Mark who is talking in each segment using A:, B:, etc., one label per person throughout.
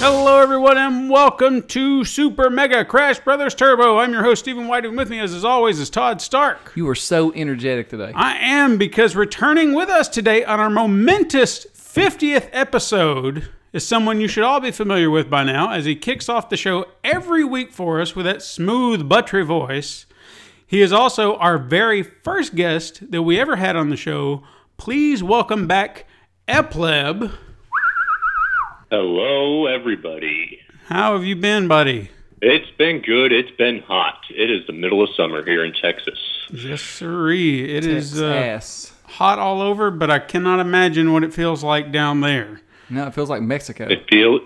A: Hello, everyone, and welcome to Super Mega Crash Brothers Turbo. I'm your host, Stephen White, and with me, as is always, is Todd Stark.
B: You were so energetic today.
A: I am because returning with us today on our momentous 50th episode is someone you should all be familiar with by now, as he kicks off the show every week for us with that smooth, buttery voice. He is also our very first guest that we ever had on the show. Please welcome back Epleb.
C: Hello, everybody.
A: How have you been, buddy?
C: It's been good. It's been hot. It is the middle of summer here in Texas.
A: Yes, sirree. It is.
B: It's
A: uh,
B: ass.
A: hot all over, but I cannot imagine what it feels like down there.
B: No, it feels like Mexico.
C: It feel,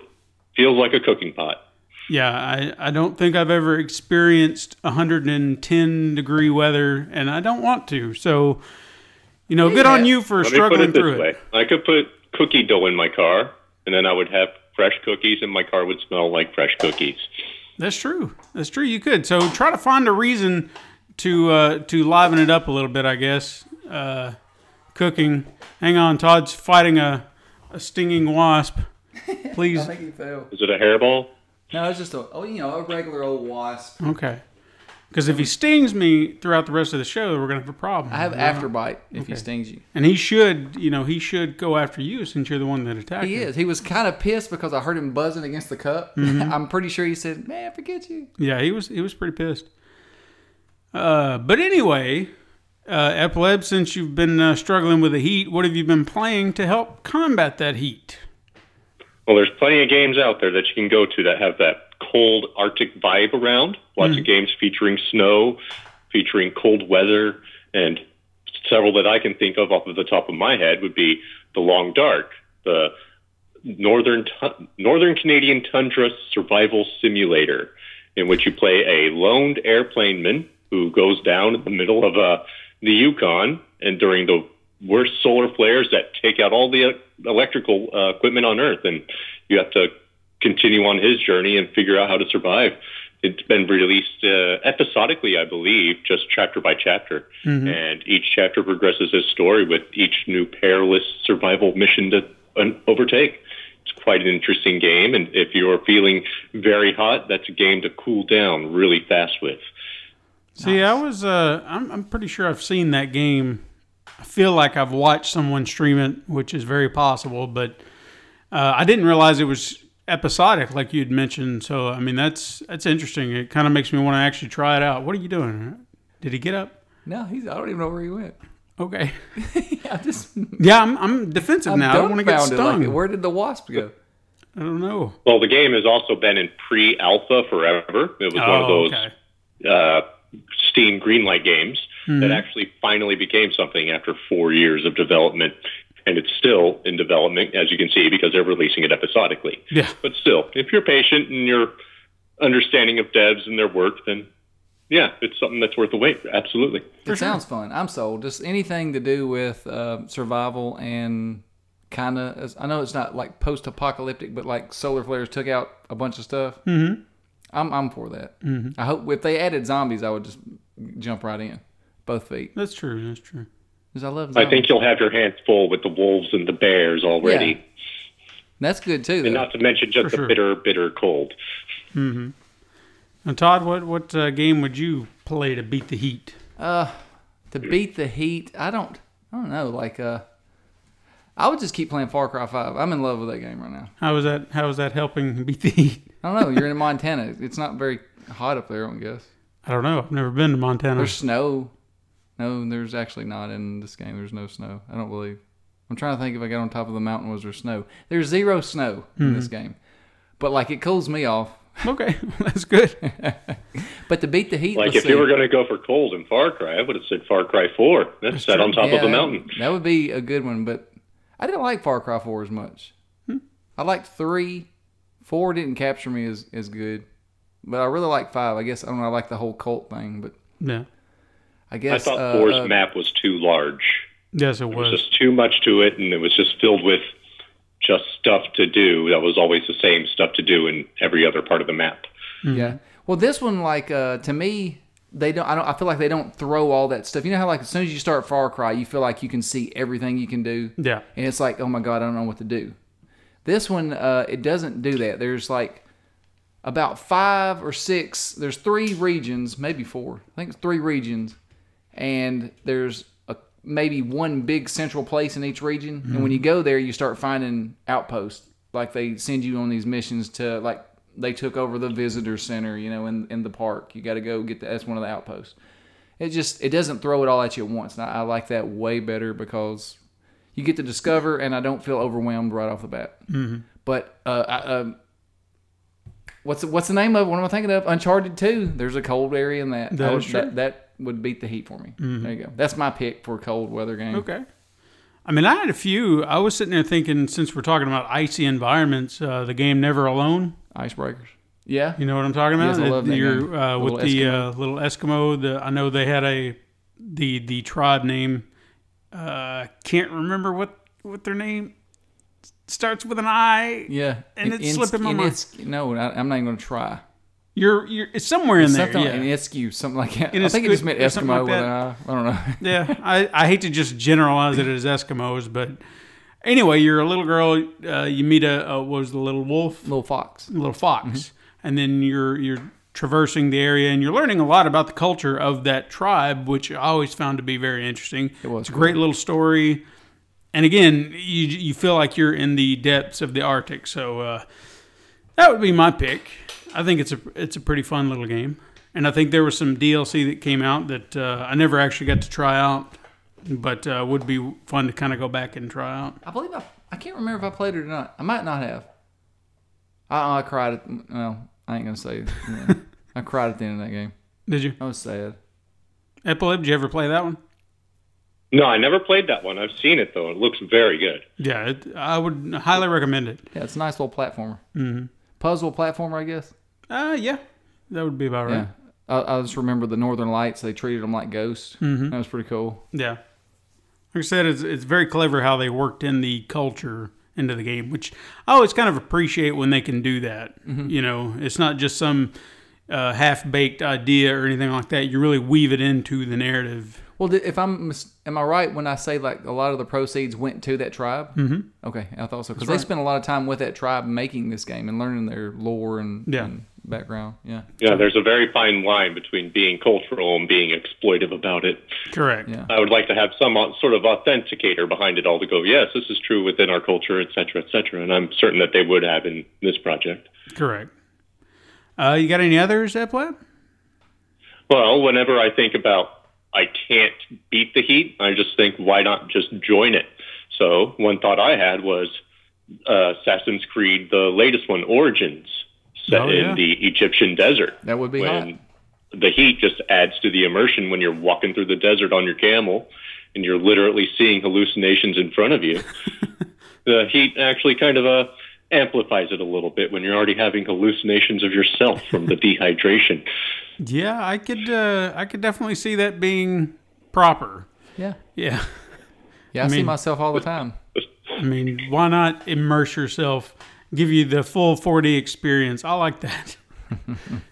C: feels like a cooking pot.
A: Yeah, I, I don't think I've ever experienced 110 degree weather, and I don't want to. So, you know, good on you for
C: Let me put
A: struggling
C: it this
A: through
C: way
A: it.
C: I could put cookie dough in my car, and then I would have fresh cookies, and my car would smell like fresh cookies.
A: That's true. That's true. You could. So try to find a reason to uh, to liven it up a little bit. I guess uh, cooking. Hang on, Todd's fighting a, a stinging wasp. Please.
B: you fell.
C: Is it a hairball?
B: No, it's just a oh, you know a regular old wasp.
A: Okay. Because if he stings me throughout the rest of the show, we're gonna have a problem.
B: I have afterbite if he stings you.
A: And he should, you know, he should go after you since you're the one that attacked
B: He
A: him.
B: is. He was kind of pissed because I heard him buzzing against the cup.
A: Mm-hmm.
B: I'm pretty sure he said, "Man, forget you."
A: Yeah, he was he was pretty pissed. Uh, but anyway, uh, Epileb, since you've been uh, struggling with the heat, what have you been playing to help combat that heat?
C: Well, there's plenty of games out there that you can go to that have that cold Arctic vibe around. Lots
A: Hmm.
C: of games featuring snow, featuring cold weather, and several that I can think of off of the top of my head would be The Long Dark, the Northern Tun- Northern Canadian Tundra Survival Simulator, in which you play a lone airplaneman who goes down in the middle of uh, the Yukon and during the worst solar flares that take out all the uh, electrical uh, equipment on Earth, and you have to continue on his journey and figure out how to survive. It's been released uh, episodically, I believe, just chapter by chapter, and each chapter progresses his story with each new perilous survival mission to uh, overtake. It's quite an interesting game, and if you're feeling very hot, that's a game to cool down really fast with.
A: See, I was uh, I'm I'm pretty sure I've seen that game. I feel like I've watched someone stream it, which is very possible, but uh, I didn't realize it was episodic, like you'd mentioned. So, I mean, that's that's interesting. It kind of makes me want to actually try it out. What are you doing? Did he get up?
B: No, he's. I don't even know where he went.
A: Okay.
B: I just
A: Yeah, I'm, I'm defensive
B: I'm
A: now. I don't want to get
B: dumbfounded, like,
A: stung.
B: where did the wasp go?
A: I don't know.
C: Well, the game has also been in pre-alpha forever. It was one of those
A: Oh, okay.
C: uh, Steam Greenlight games that
A: Mm-hmm.
C: actually finally became something after four years of development. And it's still in development, as you can see, because they're releasing it episodically.
A: Yeah.
C: But still, if you're patient and you're understanding of devs and their work, then yeah, it's something that's worth the wait. Absolutely.
B: it sounds fun. I'm sold. Just anything to do with uh, survival and kind of. I know it's not like post-apocalyptic, but like solar flares took out a bunch of stuff. Mm-hmm. I'm I'm for that. Mm-hmm. I hope if they added zombies, I would just jump right in, both feet,
A: That's true. That's true.
B: because I love.
C: I
B: Zombies.
C: think you'll have your hands full with the wolves and the bears already.
B: Yeah. that's good too.
C: And
B: Though.
C: not to mention just the
A: sure.
C: bitter, bitter cold.
A: And Todd, what what uh, game would you play to beat the heat?
B: Uh, to beat the heat. I don't. I don't know. Like uh, I would just keep playing Far Cry Five. I'm in love with that game right now.
A: How is that? How is that helping beat the heat?
B: I don't know. You're in Montana. It's not very hot up there. I guess
A: I don't know. I've never been to Montana.
B: there's snow. No, there's actually not in this game. There's no snow. I don't believe. I'm trying to think if I got on top of the mountain was there snow. There's zero snow in this game, but like it cools me off
A: Okay, that's good.
B: But to beat the heat,
C: Like
B: let's
C: if
B: see.
C: you were going to go for cold in Far Cry, I would have said Far Cry Four. That's set on top
B: Yeah,
C: of a
B: that-
C: mountain.
B: That, would be a good one, but I didn't like Far Cry 4 as much. I liked 3. 4 didn't capture me as, as good. But I really like 5. I guess I don't know, I like the whole cult thing, but
A: Yeah.
B: I
C: I
B: guess
C: thought
B: uh,
C: Four's
B: uh,
C: map was too large.
A: Yes, it
C: It was
A: was.
C: just too much to it, and it was just filled with just stuff to do. That was always the same stuff to do in every other part of the map.
B: Yeah. Well, this one, like uh, to me, they don't. I don't. I feel like they don't throw all that stuff. You know how like as soon as you start Far Cry, you feel like you can see everything you can do.
A: Yeah.
B: And it's like, oh my god, I don't know what to do. This one, uh, it doesn't do that. There's like about five or six. There's three regions, maybe four. I think it's three regions, and there's a, maybe one big central place in each region. And when you go there, you start finding outposts. Like they send you on these missions to like they took over the visitor center, you know, in in the park. You got to go get the, that's one of the outposts. It just it doesn't throw it all at you at once. And I, I like that way better because you get to discover, and I don't feel overwhelmed right off the bat. Mm-hmm. But uh, I, um, what's the, what's the name of it? what am I thinking of? Uncharted Two. There's a cold area in that.
A: That
B: I
A: is
B: would-
A: true.
B: That, that would beat the heat for me. There you go. That's my pick for a cold weather game.
A: Mm-hmm. Okay. I mean, I had a few. I was sitting there thinking, since we're talking about icy environments, uh, the game Never Alone.
B: Icebreakers. Yeah.
A: You know what I'm talking about?
B: Yes, I love that
A: You're,
B: game.
A: Uh,
B: The
A: with
B: little
A: the Uh, little Eskimo. The, I know they had a the the tribe name. Uh, can't remember what what their name starts with an I.
B: Yeah.
A: And it's slipping my
B: and
A: mind.
B: It's, no, I, I'm not even going to try.
A: You're you're it's somewhere in there.
B: Something
A: yeah.
B: like an Eskew, something like that.
A: And
B: I
A: it's
B: think it
A: good-
B: just meant
A: or something like
B: Eskimo. with an I I don't know.
A: yeah, I, I hate to just generalize it as Eskimos, but anyway, you're a little girl. Uh, you meet a, a what was the little wolf,
B: Little fox.
A: little fox, and then you're you're traversing the area and you're learning a lot about the culture of that tribe, which I always found to be very interesting. It
B: was
A: it's a great little story, and again, you you feel like you're in the depths of the Arctic. So uh, that would be my pick. I think it's a it's a pretty fun little game, and I think there was some DLC that came out that uh, I never actually got to try out, but uh, would be fun to kind of go back and try out.
B: I believe I, I can't remember if I played it or not. I might not have. I, I cried. At, well, I ain't gonna say. it. Yeah. I cried at the end of that game.
A: Did you,
B: I was sad.
A: Epilib? Did you ever play that one?
C: No, I never played that one. I've seen it though. It looks very good.
A: Yeah, it, I would highly recommend it.
B: Yeah, it's a nice little platformer. Mm-hmm. Puzzle platformer, I guess.
A: Uh, yeah, that would be about
B: Yeah.
A: right.
B: I, I just remember the Northern Lights. They treated them like ghosts. Mm-hmm. That was pretty cool.
A: Yeah. Like I said, it's, it's very clever how they worked in the culture into the game, which I always kind of appreciate when they can do that. You know, it's not just some uh, half baked idea or anything like that. You really weave it into the narrative.
B: Well, di- if I'm mis- am I right when I say like a lot of the proceeds went to that tribe? Mm-hmm. Okay, I thought so because they spent a lot of time with that tribe making this game and learning their lore and,
A: Yeah.
B: and background. Yeah.
C: Yeah, there's a very fine line between being cultural and being exploitive about it.
A: Correct.
B: Yeah.
C: I would like to have some au- sort of authenticator behind it all to go, yes, this is true within our culture, et cetera, et cetera. And I'm certain that they would have in this project.
A: Correct. Uh, you got any others, Eplab?
C: Well, whenever I think about I can't beat the heat, I just think, why not just join it? So one thought I had was uh, Assassin's Creed, the latest one, Origins, set
A: Oh, yeah.
C: in the Egyptian desert.
B: That would be hot.
C: when the heat just adds to the immersion when you're walking through the desert on your camel and you're literally seeing hallucinations in front of you. the heat actually kind of uh, amplifies it a little bit when you're already having hallucinations of yourself from the dehydration.
A: Yeah, I could. Uh, I could definitely see that being proper.
B: Yeah.
A: Yeah.
B: Yeah, I, see
A: mean-
B: myself all the time.
A: I mean, why not immerse yourself, give you the full 4D experience? I like that.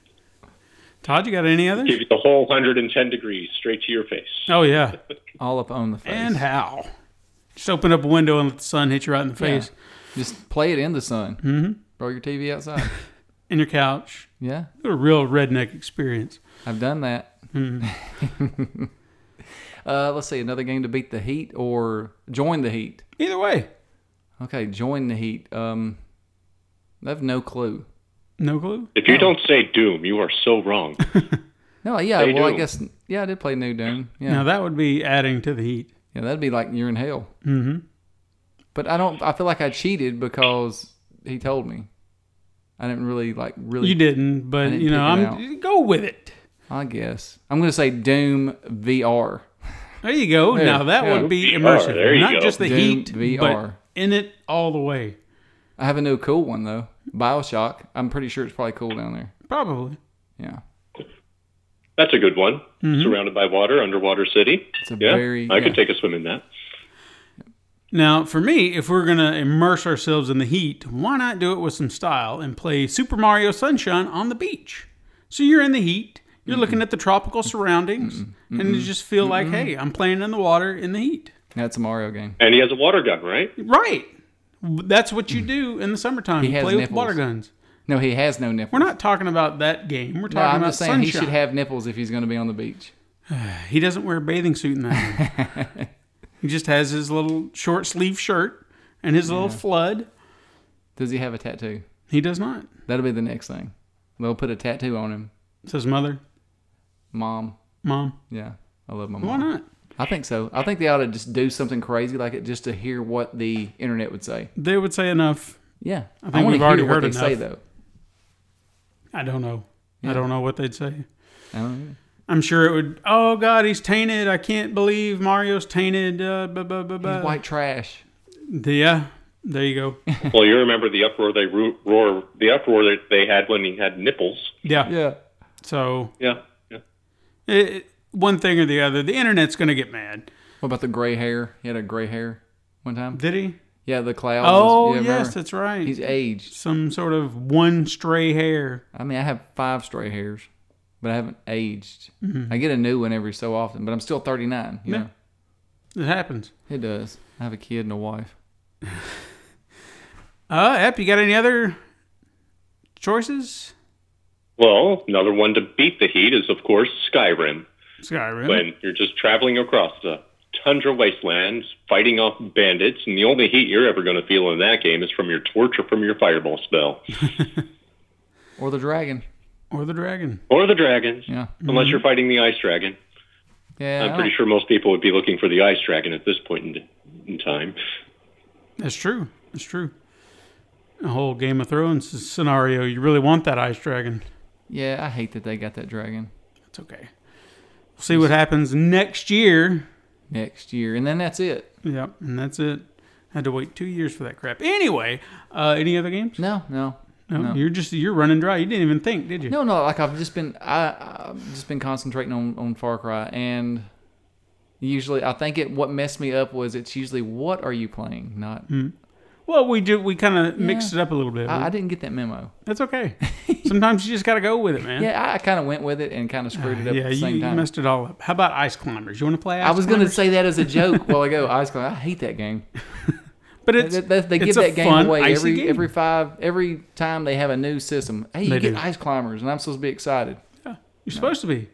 A: Todd, you got any others?
C: Give you the whole 110 degrees straight to your face.
A: Oh, yeah.
B: All up on the face.
A: And how? Just open up a window and let the sun hit you right in the
B: Yeah.
A: face.
B: Just play it in the sun. Mm-hmm. Throw your TV outside.
A: In your couch.
B: yeah,
A: A real redneck experience.
B: I've done that. Hmm. uh, let's see, another game to beat the heat or join the heat.
A: Either way,
B: Okay, join the heat. Um, I have no clue.
A: no clue.
C: If you don't say Doom, you are so wrong.
B: No, yeah,
C: They
B: well, I
C: do.
B: guess, yeah, I did play New Doom. Yeah,
A: Now, that would be adding to the heat.
B: yeah, that'd be like you're in hell. Mm-hmm. But I don't. I feel like I cheated because he told me. I didn't really like really.
A: You didn't, but
B: didn't
A: you know,
B: pick it
A: I'm go with it.
B: I guess I'm gonna say Doom VR.
A: There you go.
B: There,
A: now that
B: yeah.
A: would be
C: VR,
A: immersive.
C: there you
A: Not
C: go.
A: just the
B: Doom
A: heat,
B: VR.
A: but in it all the way.
B: I have a new cool one though, Bioshock. I'm pretty sure it's probably cool down there.
A: Probably.
B: Yeah,
C: That's a good one. Surrounded by water, underwater city.
B: it's a
C: Yeah,
B: Mm-hmm. very.
C: I
B: yeah.
C: could take a swim in that.
A: Now, for me, if we're gonna immerse ourselves in the heat, why not do it with some style and play Super Mario Sunshine on the beach? So you're in the heat, you're
B: Mm-hmm.
A: looking at the tropical surroundings, and you just feel like, hey, I'm playing in the water in the heat.
B: That's a Mario game.
C: And he has a water gun, right?
A: Right. That's what you do in the summertime.
B: Mm. He
A: You
B: has
A: play with
B: nipples.
A: water guns.
B: No, he has no nipples.
A: We're not talking about that game. We're talking
B: No, I'm
A: about
B: just saying
A: sunshine.
B: he should have nipples if he's going to be on the beach.
A: He doesn't wear a bathing suit in that. one. he just has his little short sleeve shirt and his little flood.
B: Does he have a tattoo?
A: He does not.
B: That'll be the next thing. They'll put a tattoo on him.
A: Says mother,
B: Mom.
A: mom.
B: Yeah, I love my
A: Why
B: mom.
A: not?
B: I think so. I think they ought to just do something crazy like it just to hear what the internet would say.
A: They would say enough.
B: Yeah, I,
A: think
B: wanna
A: we've already
B: what
A: heard
B: they say
A: enough.
B: though.
A: I don't know. I don't know what they'd say.
B: I don't know.
A: I'm sure it would. Oh God, he's tainted. I can't believe Mario's tainted. Uh, blah, blah, blah, blah.
B: He's white trash.
A: Yeah, there you go.
C: Well, you remember the uproar they ro- roar, the uproar that they had when he had nipples.
A: Yeah.
B: Yeah,
A: So
C: Yeah, yeah.
A: it, it- one thing or the other, the internet's gonna get mad.
B: What about the gray hair? He had a gray hair one time.
A: Did he?
B: Yeah, the clouds.
A: Oh
B: yeah, remember?
A: yes, that's right.
B: He's aged.
A: Some sort of one stray hair.
B: I mean, I have five stray hairs, but I haven't aged.
A: Mm-hmm.
B: I get a new one every so often, but I'm still 39. You know,
A: It happens.
B: it does. I have a kid and a wife.
A: Uh, Ep, you got any other choices?
C: Well, another one to beat the heat is, of course, Skyrim.
A: Skyrim.
C: When you're just traveling across the tundra wastelands, fighting off bandits, and the only heat you're ever going to feel in that game is from your torch or from your fireball spell.
B: Or the dragon.
A: Or the dragon.
C: or the dragons,
B: Yeah. Mm-hmm.
C: unless you're fighting the ice dragon.
B: Yeah. I
C: I'm
B: don't-
C: pretty sure most people would be looking for the ice dragon at this point in, in time.
A: That's true. That's true. A whole Game of Thrones s- scenario. You really want that ice dragon.
B: Yeah, I hate that they got that dragon
A: It's okay. We'll see what happens next year.
B: next year, and then that's it.
A: Yep, and that's it. Had to wait two years for that crap. Anyway, uh, any other games?
B: No, no,
A: No, you're just you're running dry. You didn't even think, did you?
B: no, no. Like I've just been, I, I've just been concentrating on on Far Cry, and usually I think it. What messed me up was it's usually what are you playing? Not
A: Mm-hmm. Well, we do. We kind of mixed it up a little bit.
B: I, I didn't get that memo.
A: that's okay. Sometimes you just got to go with it, man.
B: Yeah, I, I kind of went with it and kind of screwed it up
A: Yeah,
B: at the
A: you,
B: same
A: you
B: time.
A: messed it all up. How about Ice Climbers? You want to play? Ice
B: I was gonna
A: Climbers?
B: say that as a joke while ago. I was going, I hate that game.
A: but
B: They,
A: it's
B: they, they
A: it's
B: give
A: a
B: that game
A: fun,
B: away
A: icy
B: every
A: game.
B: every five every time they have a new system. Hey, you
A: They
B: get
A: do.
B: ice climbers, and I'm supposed to be excited.
A: You're supposed to be.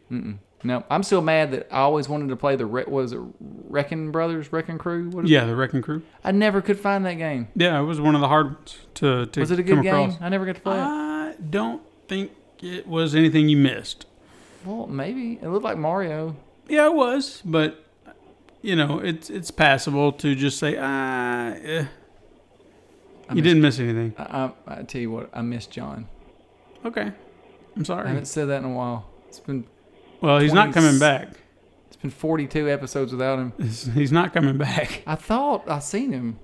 B: No, I'm still mad that I always wanted to play the Re- was it Wrecking Brothers, Wrecking Crew. What is
A: Yeah, the Wrecking Crew.
B: I never could find that game.
A: Yeah, it was one of the hard ones to to
B: Was it a
A: come
B: good game?
A: across. Uh,
B: I never got to play it.
A: I don't think it was anything you missed.
B: Well, maybe it looked like Mario.
A: Yeah, it was, but you know, it's it's passable to just say ah. Eh. You didn't miss anything.
B: I, I, I tell you what, I miss John.
A: Okay, I'm
B: I
A: sorry.
B: haven't said that in a while. It's been
A: Well, he's not
B: 20
A: coming back.
B: it's been 42 episodes without him.
A: He's not coming back.
B: I thought I seen him.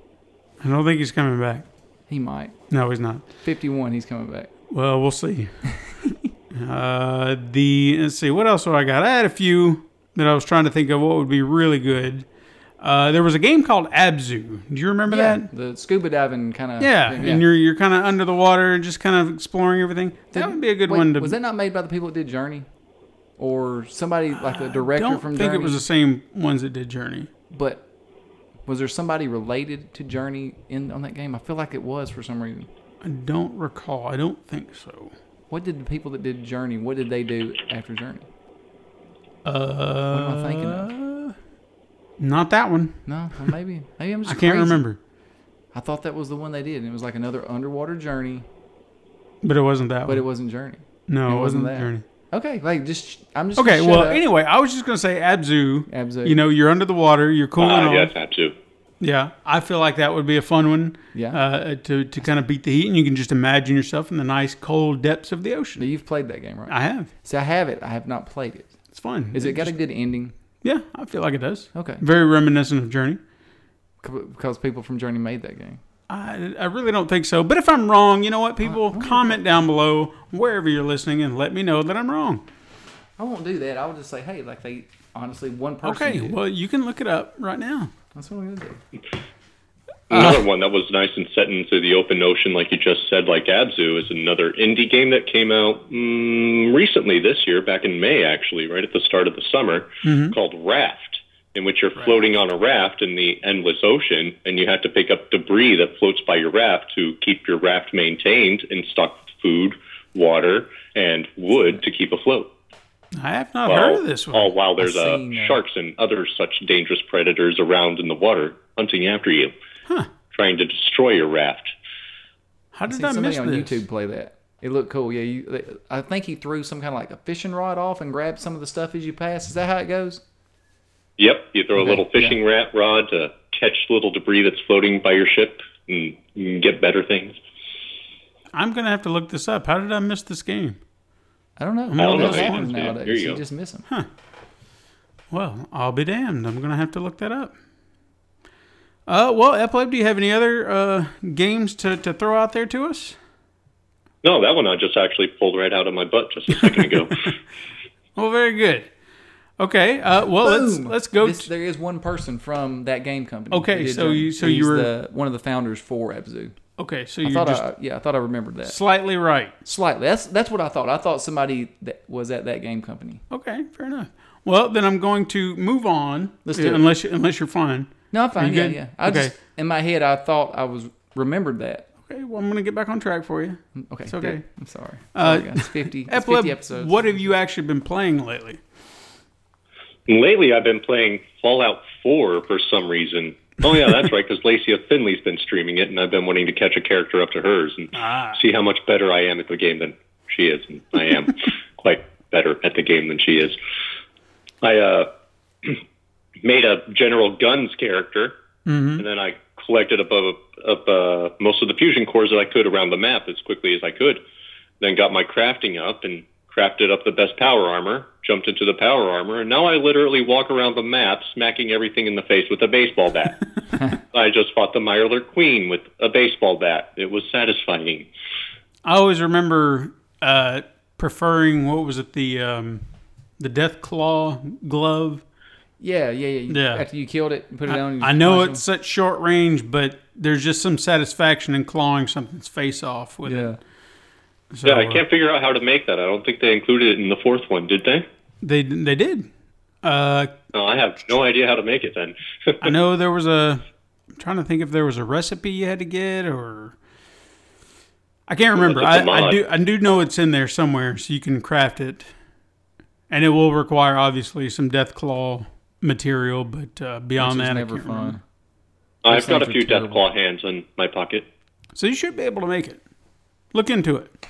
A: I don't think he's coming back.
B: He might.
A: No, he's not.
B: 51. He's coming back.
A: Well, we'll see. uh, the let's see, what else do I got? I had a few that I was trying to think of what would be really good. Uh, there was a game called Abzu. Do you remember that?
B: The scuba diving kind of.
A: Yeah, and you're you're kind of under the water, just kind of exploring everything. that would be a good
B: Wait,
A: one to.
B: Was that not made by the people that did Journey, or somebody like the director
A: don't
B: from
A: think
B: Journey?
A: it was the same ones that did Journey.
B: but was there somebody related to Journey in on that game? I feel like it was for some reason.
A: I don't recall. I don't think so.
B: What did the people that did Journey? What did they do after Journey?
A: Uh,
B: What am I thinking of?
A: not that one.
B: No, well, maybe maybe I'm
A: I
B: just.
A: can't
B: crazy.
A: remember,
B: I thought that was the one they did, and it was like another underwater journey,
A: but it wasn't that
B: but it
A: one.
B: wasn't Journey.
A: no,
B: it
A: it wasn't,
B: wasn't that.
A: Journey.
B: Okay, like just I'm just.
A: Okay,
B: gonna
A: well,
B: shut up.
A: anyway, I was just gonna say Abzu.
B: Abzu.
A: You know, you're under the water, you're cooling
C: Ah,
A: off.
C: yes, absolutely.
A: Yeah, I feel like that would be a fun one.
B: Yeah.
A: uh, to to kind of beat the heat, and you can just imagine yourself in the nice cold depths of the
B: Now,
A: ocean.
B: you've played that game, right?
A: I have.
B: See, I have it. I have not played it.
A: It's fun.
B: Is it got a good ending?
A: Yeah, I feel like it does.
B: Okay.
A: Very reminiscent of Journey.
B: C- Because people from Journey made that game.
A: I, I really don't think so. But if I'm wrong, you know what? People
B: Oh,
A: comment down below wherever you're listening and let me know that I'm wrong.
B: I won't do that. I will just say, hey, like they honestly one person.
A: Okay,
B: did it.
A: well you can look it up right now.
B: that's what I'm gonna do.
C: Another one that was nice and set into the open ocean, like you just said, like Abzu, is another indie game that came out mm, recently this year, back in May, actually, right at the start of the summer, called Raft, in which you're floating on a raft in the endless ocean, and you have to pick up debris that floats by your raft to keep your raft maintained and stock food, water, and wood to keep afloat.
A: I have not
C: All-
A: heard of this one.
C: All while there's
B: I've
C: uh,
B: seen that.
C: sharks and other such dangerous predators around in the water hunting after you, trying to destroy your raft.
A: How
B: I
A: did
B: seen
A: I, miss
B: somebody on
A: this?
B: YouTube play that. It looked cool. Yeah, you, they- I think he threw some kind of like a fishing rod off and grabbed some of the stuff as you passed. Is that how it goes?
C: Yep, you throw
B: Okay,
C: a little fishing rat rod to catch little debris that's floating by your ship and you can get better things.
A: I'm gonna have to look this up. How did I miss this game?
B: I don't know.
A: I don't know.
B: Those
A: Yeah,
B: happen
C: yeah,
B: nowadays.
C: there you
B: you
C: go.
B: just miss them.
A: Well, I'll be damned. I'm gonna have to look that up. Uh, well, Epileb, do you have any other uh, games to, to throw out there to us?
C: No, that one I just actually pulled right out of my butt just a second ago.
A: Well, very good. Okay. Uh, well, let's
B: Boom.
A: let's go.
B: This-
A: t-
B: there is one person from that game company.
A: Okay,
B: who did
A: so
B: Journey.
A: you- so
B: He's
A: you were-
B: the, one of the founders for Abzu.
A: okay, so
B: I
A: you're
B: thought uh,
A: just
B: I, yeah, I thought I remembered that
A: slightly right.
B: slightly. That's that's what I thought. I thought somebody that was at that game company.
A: Okay, fair enough. Well, then I'm going to move on.
B: Let's do it.
A: Unless you, unless you're fine.
B: No, I'm fine.
A: you
B: Yeah,
A: good?
B: yeah. I
A: Okay.
B: just in my head I thought I was remembered that.
A: Okay. Well, I'm gonna get back on track for you.
B: Mm, Okay, it's
A: okay.
B: I'm sorry.
A: Uh,
B: Sorry, guys. It's fifty. It's fifty
A: Epileb,
B: episodes.
A: what have you actually been playing lately?
C: And Lately, I've been playing Fallout 4 for some reason. Oh, yeah, that's right, because Lacey Finley's been streaming it, and I've been wanting to catch a character up to hers and see how much better I am at the game than she is. And I am quite better at the game than she is. I uh, made a General Guns character, and then I collected up, up, up uh, most of the fusion cores that I could around the map as quickly as I could. Then got my crafting up and crafted up the best power armor, jumped into the power armor, and now I literally walk around the map smacking everything in the face with a baseball bat. I just fought the Myrler Queen with a baseball bat. It was satisfying.
A: I always remember uh, preferring what was it the um, the Death Claw glove.
B: Yeah, yeah, yeah. You-
A: Yeah.
B: After you killed it, you put it down. and
A: I
B: you
A: know
B: punch
A: it's such short range, but there's just some satisfaction in clawing something's face off with
B: them. Yeah.
A: it. So,
C: Yeah, I
A: uh,
C: can't figure out how to make that. I don't think they included it in the fourth one, did they?
A: They they did. Uh,
C: No, I have no idea how to make it then.
A: I know there was a. I'm trying to think if there was a recipe you had to get or. I can't remember.
C: it's a
A: I, I
C: mod.
A: do I do know it's in there somewhere, so you can craft it, and it will require obviously some death claw material, but uh, beyond
B: Which is
A: that, I
B: never
A: can't
B: fun.
A: remember.
C: I've got
B: sounds
C: a few
B: terrible.
C: death claw hands in my pocket.
A: So you should be able to make it. Look into it,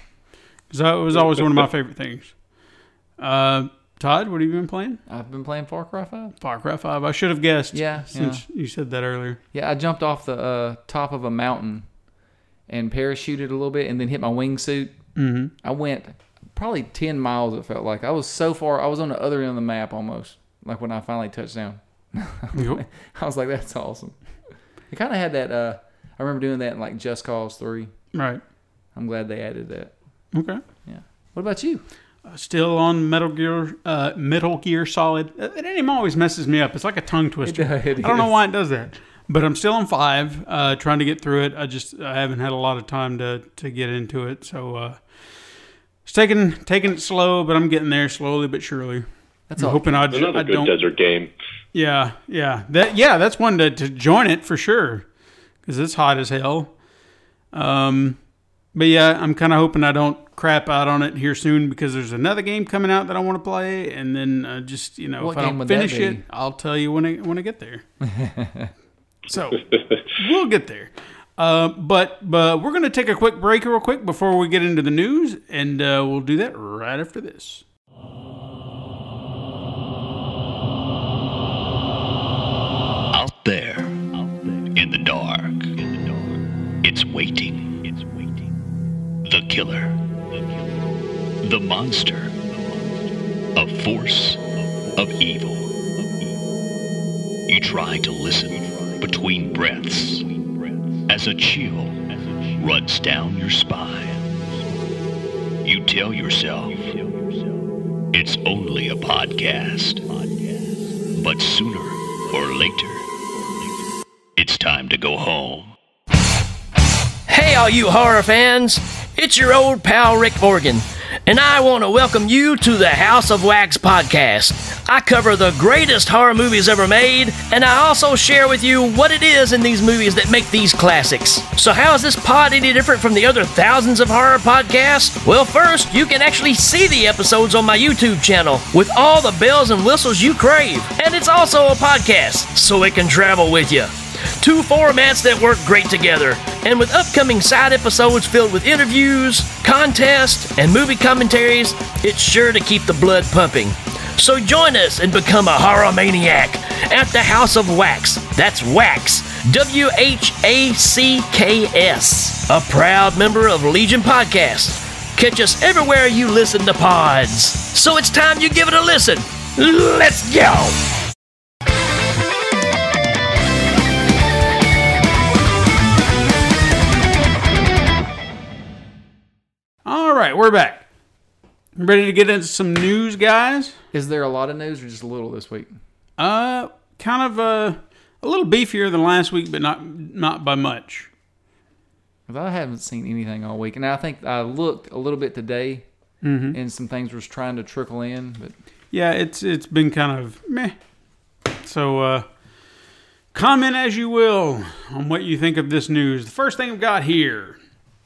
A: because it was always one of my favorite things. Uh, Todd, what have you been playing?
B: I've been playing Far Cry Five.
A: Far Cry Five. I should have guessed.
B: Yeah,
A: since you said that earlier.
B: Yeah, I jumped off the uh, top of a mountain and parachuted a little bit and then hit my wingsuit. Mm-hmm. I went probably 10 miles, it felt like. I was so far, I was on the other end of the map almost, like when I finally touched down.
A: Yep.
B: I was like, that's awesome. It kind of had that, uh, I remember doing that in like Just Cause 3.
A: Right.
B: I'm glad they added that.
A: Okay.
B: Yeah. What about you?
A: Still on Metal Gear, uh, Metal Gear Solid. Uh, That name always messes me up. It's like a tongue twister.
B: does, it
A: I don't know
B: is.
A: why it does that. But I'm still on five, uh, trying to get through it. I just I haven't had a lot of time to to get into it, so uh, it's taking taking it slow. But I'm getting there slowly but surely.
B: That's
A: I'm
B: all.
A: hoping I, j-
C: Another
A: I
C: good
A: don't.
C: desert game.
A: Yeah, yeah, that yeah, that's one to, to join it for sure, because it's hot as hell. Um, but yeah, I'm kind of hoping I don't crap out on it here soon because there's another game coming out that I want to play, and then uh, just you know
B: What
A: if I
B: game
A: don't
B: would that
A: finish
B: be?
A: it, I'll tell you when I when I get there. so we'll get there. Uh, but but we're gonna take a quick break real quick before we get into the news, and uh, we'll do that right after this.
D: out there. Out there. You try to listen between breaths as a chill runs down your spine. You tell yourself it's only a podcast, but sooner or later, it's time to go home.
E: Hey, all you horror fans! It's your old pal Rick Morgan, and I want to welcome you to the House of Wax podcast. I cover the greatest horror movies ever made, and I also share with you what it is in these movies that make these classics. So, how is this pod any different from the other thousands of horror podcasts? Well, first, you can actually see the episodes on my YouTube channel with all the bells and whistles you crave, and it's also a podcast, so it can travel with you. Two formats that work great together, and with upcoming side episodes filled with interviews, contests, and movie commentaries, it's sure to keep the blood pumping. So join us and become a horror maniac at the House of Wax. That's Wax, W H A C K S, a proud member of Legion Podcast. Catch us everywhere you listen to pods. So it's time you give it a listen. Let's go!
A: All right, we're back. Ready to get into some news, guys?
B: Is there a lot of news or just a little this week?
A: Uh, kind of uh, a little beefier than last week, but not not by much.
B: 'Cause I haven't seen anything all week, and I think I looked a little bit today, and some things was trying to trickle in, but
A: Yeah, it's it's been kind of meh. So uh, comment as you will on what you think of this news. The first thing I've got here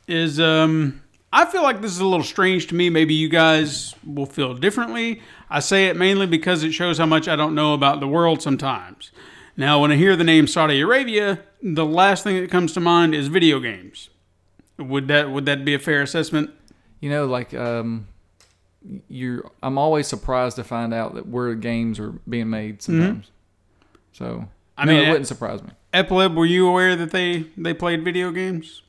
A: is um, I feel like this is a little strange to me. Maybe you guys will feel differently. I say it mainly because it shows how much I don't know about the world sometimes. Now, when I hear the name Saudi Arabia, the last thing that comes to mind is video games. Would that would that be a fair assessment?
B: you know, like um, you're. I'm always surprised to find out that where games are being made sometimes. So I
A: mean,
B: mean, it
A: I-
B: wouldn't surprise me.
A: Epileb, were you aware that they they played video games?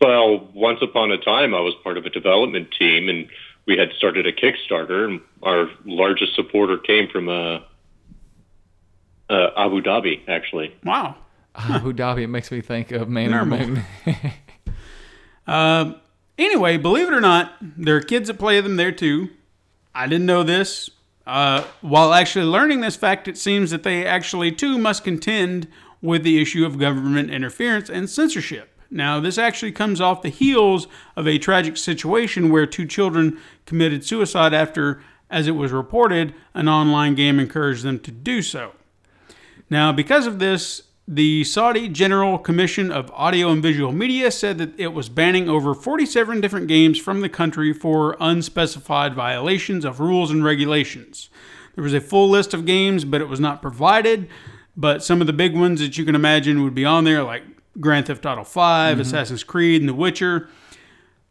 C: Well, once upon a time, I was part of a development team, and we had started a Kickstarter. And our largest supporter came from uh, uh, Abu Dhabi, actually.
A: Wow.
B: Abu Dhabi. Ah, It makes me think of Man on the
A: Normal.
B: Moon.
A: Uh, anyway, believe it or not, there are kids that play them there too. I didn't know this. Uh, while actually learning this fact, it seems that they actually too must contend with the issue of government interference and censorship. Now, this actually comes off the heels of a tragic situation where two children committed suicide after, as it was reported, an online game encouraged them to do so. Now, because of this, the Saudi General Commission of Audio and Visual Media said that it was banning over 47 different games from the country for unspecified violations of rules and regulations. There was a full list of games, but it was not provided. But some of the big ones that you can imagine would be on there, like Grand Theft Auto 5, Assassin's Creed, and The Witcher.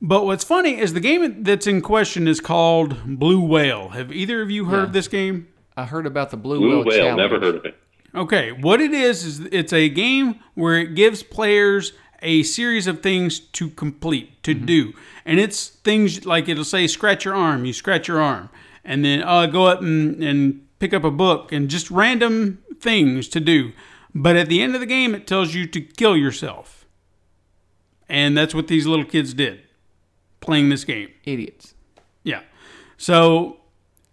A: But what's funny is the game that's in question is called Blue Whale. Have either of you heard of this game?
B: I heard about the Blue,
C: Blue
B: Whale,
C: Whale,
B: Challenge.
C: never heard of it.
A: Okay, what it is is it's a game where it gives players a series of things to complete, to do. And it's things like it'll say scratch your arm, you scratch your arm, and then uh, go up and, and pick up a book and just random things to do. But at the end of the game it tells you to kill yourself. And that's what these little kids did playing this game.
B: Idiots.
A: Yeah. So,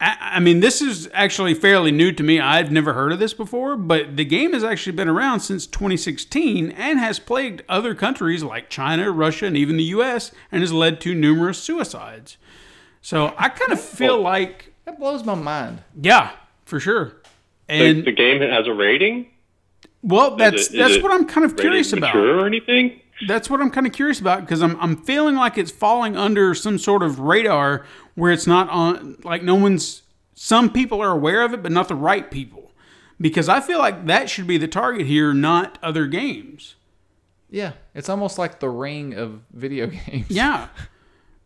A: I, I mean, this is actually fairly new to me. I've never heard of this before, but the game has actually been around since 2016 and has plagued other countries like China, Russia, and even the U.S. and has led to numerous suicides. So I kind of feel like,
B: That blows my mind.
A: yeah, for sure.
C: The,
A: And
C: the game has a rating.
A: well, that's
C: is
A: that's
C: it
A: what I'm kind of
C: Rated
A: curious about.
C: mature or anything?
A: That's what I'm kind of curious about because I'm I'm feeling like it's falling under some sort of radar where it's not on like no one's some people are aware of it but not the right people because I feel like that should be the target here not other games.
B: Yeah, it's almost like the ring of video games.
A: Yeah.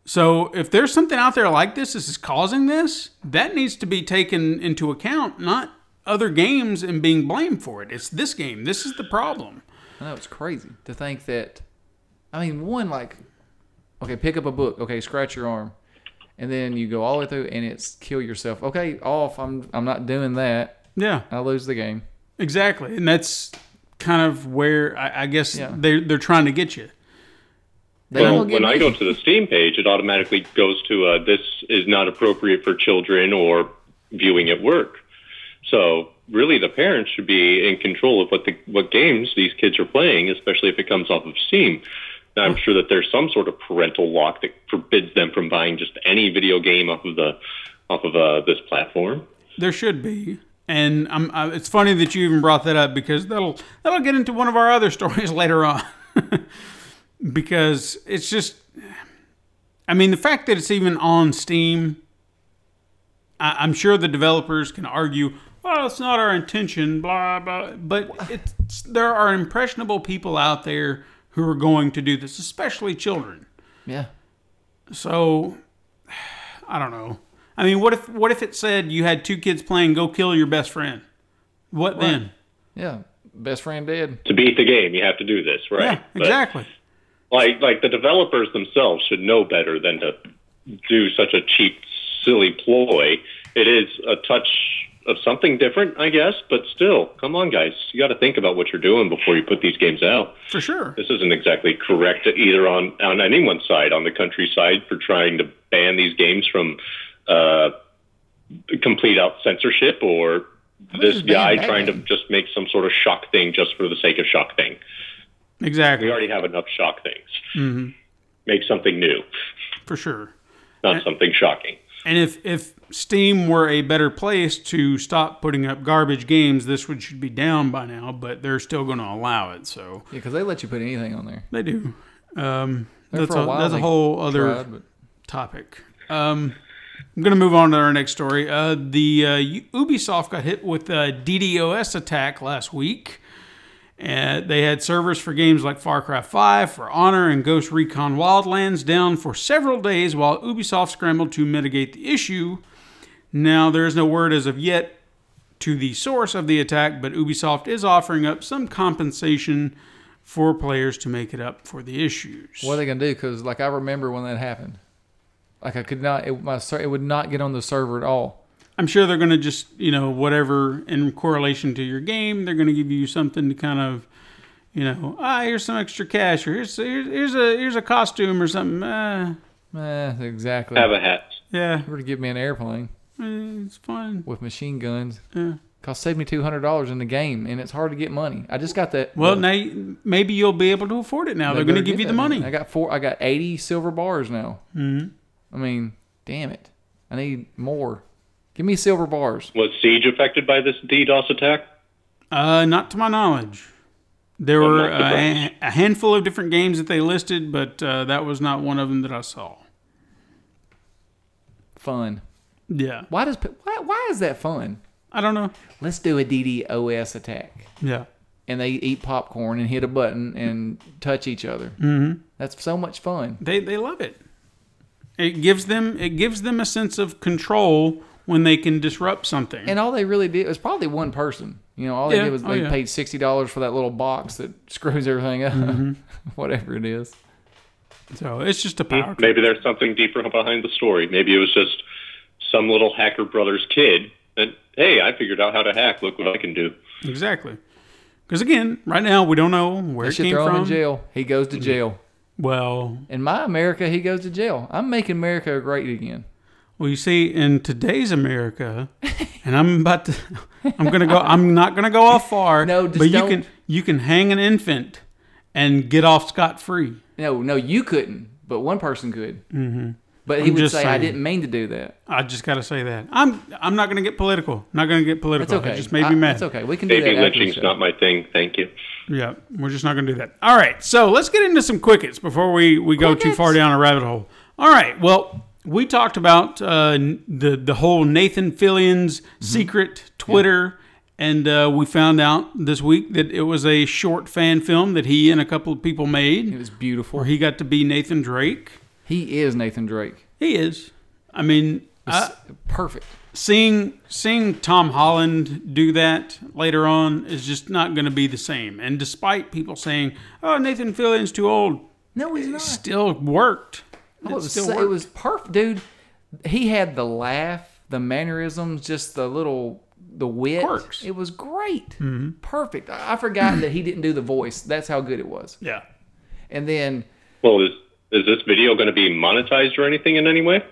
A: So if there's something out there like this this is causing this, that needs to be taken into account, not other games and being blamed for it. It's this game. This is the problem.
B: I know it's crazy to think that. I mean, one like, okay, pick up a book. Okay, scratch your arm, and then you go all the way through, and it's kill yourself. Okay, off. I'm I'm not doing that.
A: Yeah.
B: I lose the game.
A: Exactly, and that's kind of where I, I guess
B: Yeah.
A: they're they're trying to get you.
B: They
C: Well,
B: don't get
C: when I
B: me.
C: go to the Steam page, it automatically goes to uh, this is not appropriate for children or viewing at work. So really, the parents should be in control of what the what games these kids are playing, especially if it comes off of Steam. Now, I'm sure that there's some sort of parental lock that forbids them from buying just any video game off of the off of uh, this platform.
A: There should be, and I'm, I, it's funny that you even brought that up because that'll that'll get into one of our other stories later on. because it's just, I mean, the fact that it's even on Steam, I, I'm sure the developers can argue, well, it's not our intention, blah blah. But it's there are impressionable people out there who are going to do this, especially children.
B: yeah.
A: So I don't know. I mean, what if what if it said you had two kids playing "Go kill your best friend"? What then?
B: Yeah. Best friend dead.
C: To beat the game, you have to do this, right?
A: Yeah,
C: But-
A: exactly.
C: like like the developers themselves should know better than to do such a cheap silly ploy it is a touch of something different i guess but still come on guys you got to think about what you're doing before you put these games out
A: For sure.
C: this isn't exactly correct either on on anyone's side on the country side for trying to ban these games from uh complete out censorship or this
B: just ban
C: guy
B: that
C: trying to
B: game?
C: just make some sort of shock thing just for the sake of shock thing we
A: Exactly.
C: already have enough shock things. Make something new,
A: For sure.
C: not something shocking.
A: And if if Steam were a better place to stop putting up garbage games, this would should be down by now. But they're still going to allow it, so
B: Yeah, because they let you put anything on there.
A: they do. Um,
B: There
A: that's
B: for
A: a,
B: a while
A: that's a
B: they
A: whole other
B: Tried, but
A: topic. Um, I'm going to move on to our next story. Uh, the uh, U- Ubisoft got hit with a DDoS attack last week. Uh, they had servers for games like Far Cry 5, For Honor, and Ghost Recon Wildlands down for several days while Ubisoft scrambled to mitigate the issue. Now, there is no word as of yet to the source of the attack, but Ubisoft is offering up some compensation for players to make it up for the issues.
B: what are they gonna do? Because like I remember when that happened. Like I could not. It, my ser- it would not get on the server at all.
A: I'm sure they're going to just, you know, whatever in correlation to your game, they're going to give you something to kind of, you know, ah, here's some extra cash, or here's here's, here's a here's a costume or something. Uh,
B: Eh, exactly.
C: Have a hat.
A: yeah,
B: They were to give me an airplane
A: eh, it's fun.
B: with machine guns.
A: Yeah.
B: Cost saved me two hundred dollars in the game, and it's hard to get money. I just got that.
A: Well, now you- maybe you'll be able to afford it. Now they're, going to
B: better
A: give
B: get
A: you the
B: that
A: money.
B: I got four. I got eighty silver bars now. Mm-hmm. I mean, damn it! I need more. Give me silver bars.
C: Was Siege affected by this DDoS attack?
A: Uh, not to my knowledge. There
C: Well,
A: were
C: not the
A: a, a handful of different games that they listed, but uh, that was not one of them that I saw.
B: Fun.
A: Yeah,
B: Why does pe- why, why is that fun?
A: I don't know.
B: Let's do a DDoS attack,
A: Yeah,
B: and they eat popcorn and hit a button and touch each other. Mm-hmm. That's so much fun.
A: they they love it. It gives them it gives them a sense of control when they can disrupt something.
B: And all they really did was probably one person. You know, all they
A: Yeah.
B: did was
A: Oh,
B: they
A: yeah.
B: paid sixty dollars for that little box that screws everything up,
A: Mm-hmm.
B: whatever it is.
A: so it's just a power. trip.
C: Maybe there's something deeper behind the story. Maybe it was just some little hacker brother's kid. And hey, I figured out how to hack. Look what I can do.
A: Exactly. Because again, right now we don't know where
B: They
A: it
B: should
A: came
B: throw him
A: from. Mm-hmm.
B: in jail. He goes to jail.
A: Well,
B: In my America, he goes to jail. I'm making America great again.
A: well, you see, in today's America, and I'm about to, I'm gonna go. I'm not gonna go off far.
B: No, just
A: but
B: don't.
A: you can you can hang an infant and get off scot free.
B: No, no, you couldn't, but one person could. Mm-hmm. But he
A: I'm
B: would
A: just
B: say, "I
A: saying.
B: didn't mean to do that."
A: I just gotta say that. I'm I'm not gonna get political. not gonna get
B: That's
A: political.
B: okay.
A: It just made
B: I-
A: me mad.
B: That's okay. We can do
C: Maybe
B: that. after the
C: lynching's
B: show.
C: not my thing. Thank you.
A: Yeah, we're just not going to do that. All right, so let's get into some quickets before we, we go too far down a rabbit hole. All right, well, we talked about uh, n- the the whole Nathan Fillion's secret Twitter, and uh, we found out this week that it was a short fan film that he and a couple of people
B: It
A: made,
B: was beautiful.
A: where he got to be Nathan Drake.
B: He is Nathan Drake.
A: He is. I mean, I,
B: Perfect.
A: seeing seeing Tom Holland do that later on is just not going to be the same. And despite people saying, "Oh, Nathan Fillion's too old,"
B: No, he's
A: it
B: not.
A: still worked.
B: Oh, it, was
A: still
B: so- it
A: worked.
B: was perfect, dude. He had the laugh, the mannerisms, just the little the wit.
A: Quirks.
B: It was great, perfect. I, I forgot that he didn't do the voice. That's how good it was.
A: Yeah.
B: And then
C: Well, is is this video going to be monetized or anything in any way?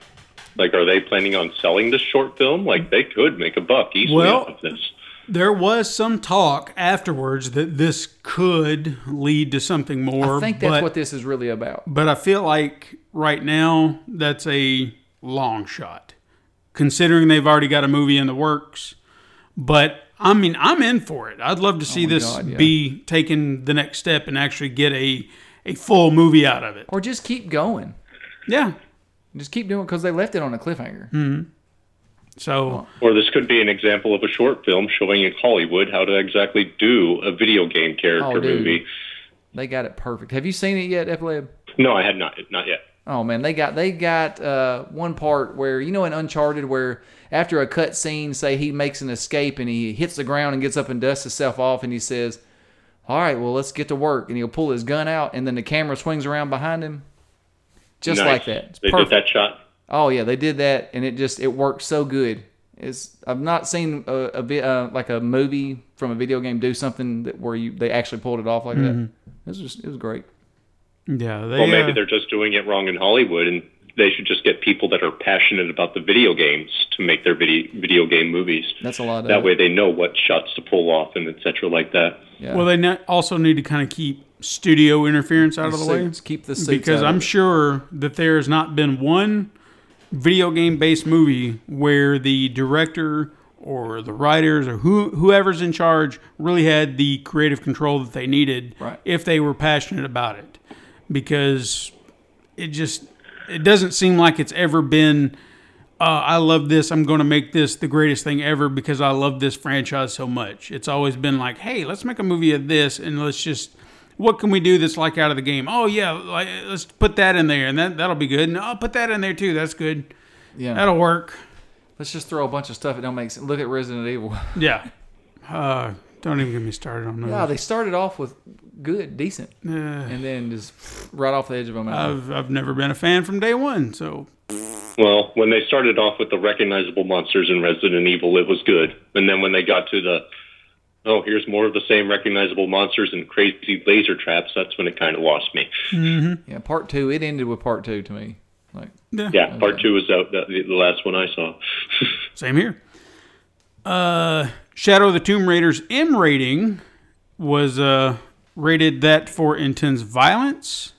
C: Like, are they planning on selling this short film? Like, they could make a buck easily
A: Well-
C: off of this.
A: There was some talk afterwards that this could lead to something more.
B: I think that's
A: but,
B: what this is really about.
A: but I feel like right now that's a long shot, considering they've already got a movie in the works. But I mean, I'm in for it. I'd love to see this
B: Oh God, yeah.
A: be taken the next step and actually get a a full movie out of it.
B: Or just keep going.
A: Yeah.
B: Just keep doing it because they left it on a cliffhanger.
A: So
C: Or this could be an example of a short film showing in Hollywood how to exactly do a video game character
B: Oh, dude.
C: movie.
B: They got it perfect. Have you seen it yet, Epileb?
C: No, I had not, not yet.
B: Oh man, they got they got uh, one part where you know in Uncharted where after a cut scene, say he makes an escape and he hits the ground and gets up and dusts himself off and he says, "All right, well let's get to work," and he'll pull his gun out and then the camera swings around behind him, just
C: Nice.
B: like that. It's
C: they
B: perfect.
C: did that shot.
B: Oh yeah, they did that and it just it worked so good. It's I've not seen a, a bit uh, like a movie from a video game do something that where you they actually pulled it off like that.
A: Mm-hmm.
B: It was just it was great.
A: yeah, they,
C: Well,
A: uh,
C: maybe they're just doing it wrong in Hollywood, and they should just get people that are passionate about the video games to make their video video game movies.
B: That's a lot of
C: That
B: it.
C: way, they know what shots to pull off and etc. Like that.
B: Yeah.
A: Well, they ne- also need to kind of keep studio interference out of the way
B: Suits, keep the suits
A: because
B: out of
A: I'm
B: it.
A: sure that there has not been one video game based movie where the director or the writers or who whoever's in charge really had the creative control that they needed
B: Right.
A: if they were passionate about it because it just it doesn't seem like it's ever been uh, I love this. I'm going to make this the greatest thing ever because I love this franchise so much. It's always been like, hey, let's make a movie of this and let's just, what can we do that's like out of the game? Oh, yeah, like, let's put that in there and that, that'll be good. And I'll put that in there too. That's good.
B: yeah.
A: That'll work.
B: Let's just throw a bunch of stuff that don't make sense. Look at Resident Evil.
A: Yeah. Uh, don't even get me started on
B: Yeah,
A: that.
B: they started off with good, decent, and then just right off the edge of a mountain.
A: I've, I've never been a fan from day one. So,
C: Well, when they started off with the recognizable monsters in Resident Evil, it was good, and then when they got to the oh, here's more of the same recognizable monsters and crazy laser traps, that's when it kind of lost me.
B: yeah, part two. It ended with part two to me. Like
C: Yeah, part two was out the, the last one I saw.
A: Same here. Uh, Shadow of the Tomb Raider's M rating was uh, rated that for intense violence,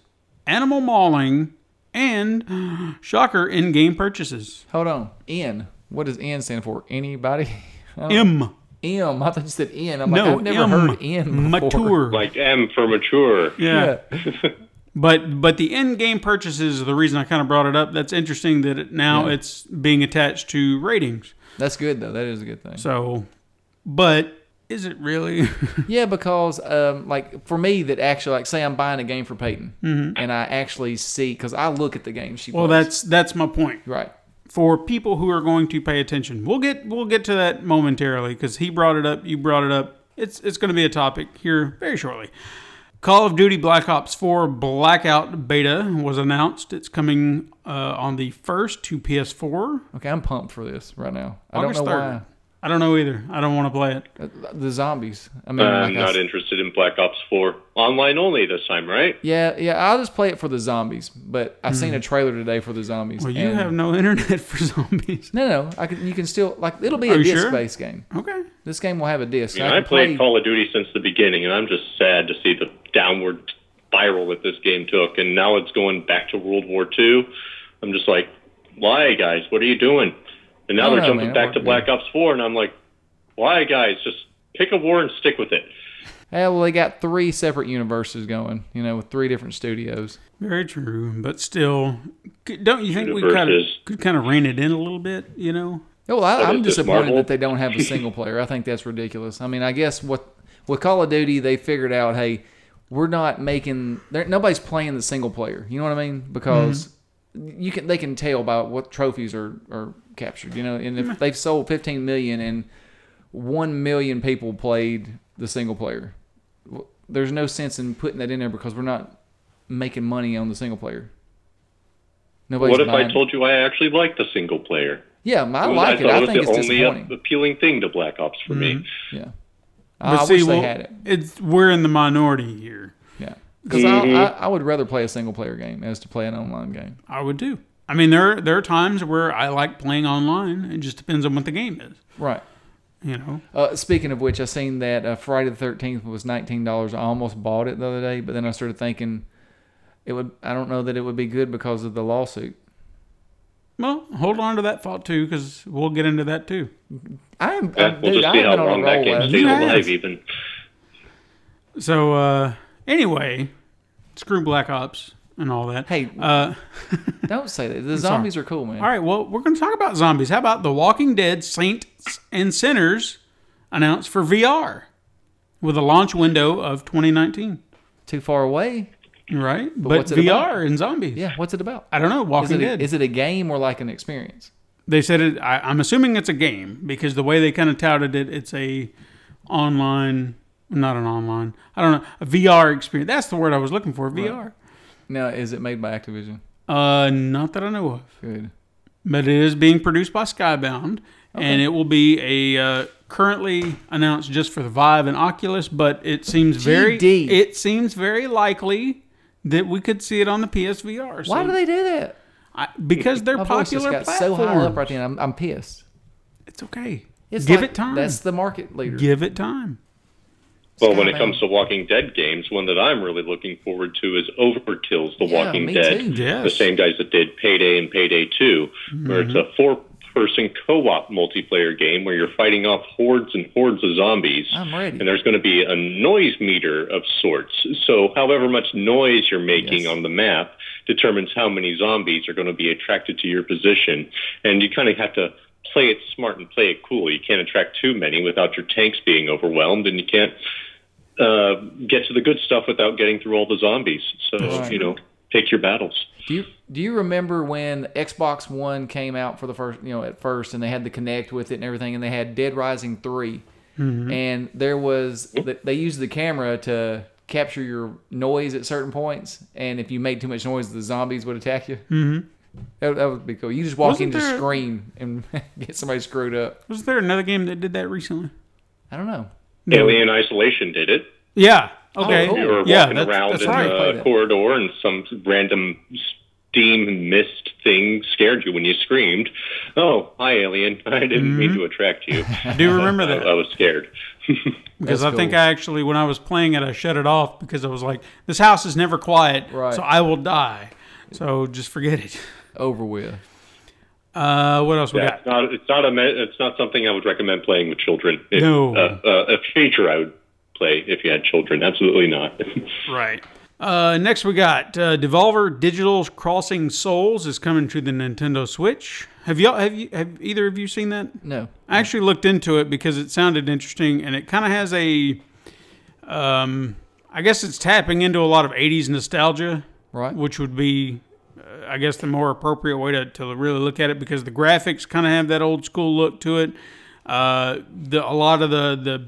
A: animal mauling, and shocker in-game purchases.
B: hold on, N. What does N stand for? Anybody?
A: M.
B: M. I thought you said N. I'm like
A: No,
B: I've never
A: M.
B: heard N before.
A: Mature.
C: like M for mature.
A: yeah.
B: Yeah.
A: But but the end game purchases are the reason I kind of brought it up. That's interesting that it, now
B: Yeah.
A: it's being attached to ratings.
B: That's good though. That is a good thing.
A: So, but is it really?
B: Yeah, because um, like for me, that actually like say I'm buying a game for Peyton, and I actually see because I look at the game she.
A: Mm-hmm. well,
B: plays.
A: that's that's my point.
B: right.
A: for people who are going to pay attention. We'll get we'll get to that momentarily because he brought it up, you brought it up. It's it's going to be a topic here very shortly. Call of Duty Black Ops 4 Blackout Beta was announced. It's coming uh, on the first to PS4.
B: Okay, I'm pumped for this right now. I
A: August
B: don't know
A: 3rd.
B: why.
A: I don't know either. I don't want to play it.
B: The zombies. I mean,
C: I'm
B: like I s-
C: not interested in Black Ops 4. Online only this time, right?
B: yeah, yeah. I'll just play it for the zombies. But I seen a trailer today for the
A: Mm-hmm.
B: zombies.
A: Well, you
B: and-
A: have no internet for zombies.
B: no, no. I can. You can still like. It'll be
A: Are
B: a
A: you sure?
B: disc-based game.
A: Okay.
B: This game will have a disc.
C: I, mean, I
B: can
C: played Call of Duty since the beginning, and I'm just sad to see the downward spiral that this game took. And now it's going back to World War II. I'm just like, why, guys? What are you doing? And
B: I
C: now
B: don't
C: they're
B: know,
C: jumping
B: man.
C: back to
B: Yeah.
C: Black Ops 4, and I'm like, why, guys? Just pick a war and stick with it.
B: Yeah, well, they got three separate universes going. You know, with three different studios.
A: Very true, but still, c- don't you think we
C: Universe
A: kind of
C: is-
A: could kind of rein it in a little bit? You know,
B: No, well, Oh, I,
C: But
B: I'm
C: it's just
B: disappointed
C: Marvel.
B: that they don't have a single player. I think that's ridiculous. I mean, I guess what with Call of Duty, they figured out, hey, we're not making there. Nobody's playing the single player. You know what I mean? Because
C: Mm-hmm.
B: you can they can tell by what trophies are are captured. You know, and
C: Mm-hmm.
B: if they've sold 15 million and one million people played the single player, w- there's no sense in putting that in there because we're not making money on the single player. Nobody's
C: what if
B: buying.
C: I told you I actually like the single player?
B: Yeah, I
C: I
B: like it.
C: thought
B: I
C: was
B: think it's
C: the only
B: disappointing. Mm-hmm.
C: appealing thing to Black Ops for me.
B: yeah,
A: But
B: I
A: see,
B: wish
A: well,
B: they had it.
A: It's we're in the minority here.
B: Yeah, because I, I, I would rather play a single player game as to play an online game.
A: I would do. I mean, there there are times where I like playing online. It just depends on what the game is.
B: Right.
A: You know,
B: Uh, speaking of which, I seen that uh, Friday the Thirteenth was nineteen dollars. I almost bought it the other day, but then I started thinking it would. I don't know that it would be good because of the lawsuit.
A: well, hold on to that thought too, because we'll get into that too.
B: I am.
C: Yeah,
B: uh,
C: we'll
B: dude,
C: just
B: I
C: see
B: have
C: how
B: been on
C: long
B: a
C: that
B: roll.
C: game
B: lately.
C: stays
A: Yes.
C: alive. Even
A: So uh, anyway, screw Black Ops and all that.
B: Hey,
A: Uh,
B: don't say that. The zombies are cool, man.
A: all right. Well, we're going to talk about zombies. How about The Walking Dead: Saints and Sinners announced for VR with a launch window of 2019?
B: Too far away.
A: Right, but,
B: what's it
A: VR
B: about?
A: and zombies.
B: Yeah. What's it about?
A: I don't know.
B: Is
A: Walking
B: it,
A: Dead.
B: a, is it a game or like an experience?
A: they said it I, i'm assuming it's a game because the way they kind of touted it it's a online not an online i don't know a vr experience that's the word i was looking for vr
B: Now, is it made by Activision?
A: uh not that i know of
B: Good.
A: but it is being produced by skybound and it will be a uh, currently announced just for the vive and oculus but it seems very
B: GD.
A: it seems very likely that we could see it on the psvr
B: Why
A: so
B: do they do that?
A: I, because they're
B: My voice just
A: popular
B: got
A: platforms.
B: so high up right now. I'm, I'm pissed.
A: it's okay
B: It's
A: give
B: like-
A: it time
B: That's the market leader.
A: give it time
C: well, when it
B: Skybound.
C: comes to Walking Dead games, one that I'm really looking forward to is Overkill's The
B: Yeah,
C: Walking
B: me
C: Dead.
B: too.
A: Yes.
C: The same guys that did Payday and Payday 2, where it's
B: Mm-hmm.
C: a four person co op multiplayer game where you're fighting off hordes and hordes of zombies.
B: I'm ready.
C: And there's going to be a noise meter of sorts. So, however much noise you're making
B: Yes.
C: on the map determines how many zombies are going to be attracted to your position. And you kind of have to play it smart and play it cool. You can't attract too many without your tanks being overwhelmed, and you can't uh, get to the good stuff without getting through all the zombies. So, you know, pick your battles.
B: Do you do you remember when Xbox One came out for the first you know at first and they had the Connect with it and everything and they had Dead Rising 3
A: Mm-hmm.
B: and there was th- they used the camera to capture your noise at certain points and if you made too much noise the zombies would attack you. Mm-hmm. That, that would be cool. You just walk
A: Wasn't
B: in and
A: there-
B: just scream and get somebody screwed up.
A: Was there another game that did that recently?
B: I don't know.
C: Alien Isolation did it.
A: Yeah. Okay.
B: cool.
C: You were
A: yeah,
C: walking
A: that's,
C: around
A: that's
C: in
A: right.
C: a
B: Played it.
C: corridor, and some random steam mist thing scared you when you screamed. Oh, hi, alien! I didn't mean
A: Mm-hmm.
C: to attract you.
A: I do remember
C: I, I
A: that
C: was scared.
A: because I
B: That's
A: think
B: cool.
A: I actually, when I was playing it, I shut it off because I was like, "This house is never quiet,
B: Right.
A: so I will die." So just forget it.
B: Over with.
A: Uh, what else we
C: Yeah,
A: got?
C: it's not. It's not a. me- It's not something I would recommend playing with children. If,
A: No.
C: uh, uh, a feature I would play if you had children. Absolutely not.
A: Right. Uh, next, we got uh, Devolver Digital's Crossing Souls is coming to the Nintendo Switch. Have y'all? Have you? Have either of you seen that?
B: No.
A: I actually looked into it because it sounded interesting, and it kind of has a, um, I guess it's tapping into a lot of '80s nostalgia,
B: Right.
A: which would be, uh, I guess, the more appropriate way to, to really look at it because the graphics kind of have that old school look to it. Uh, the a lot of the the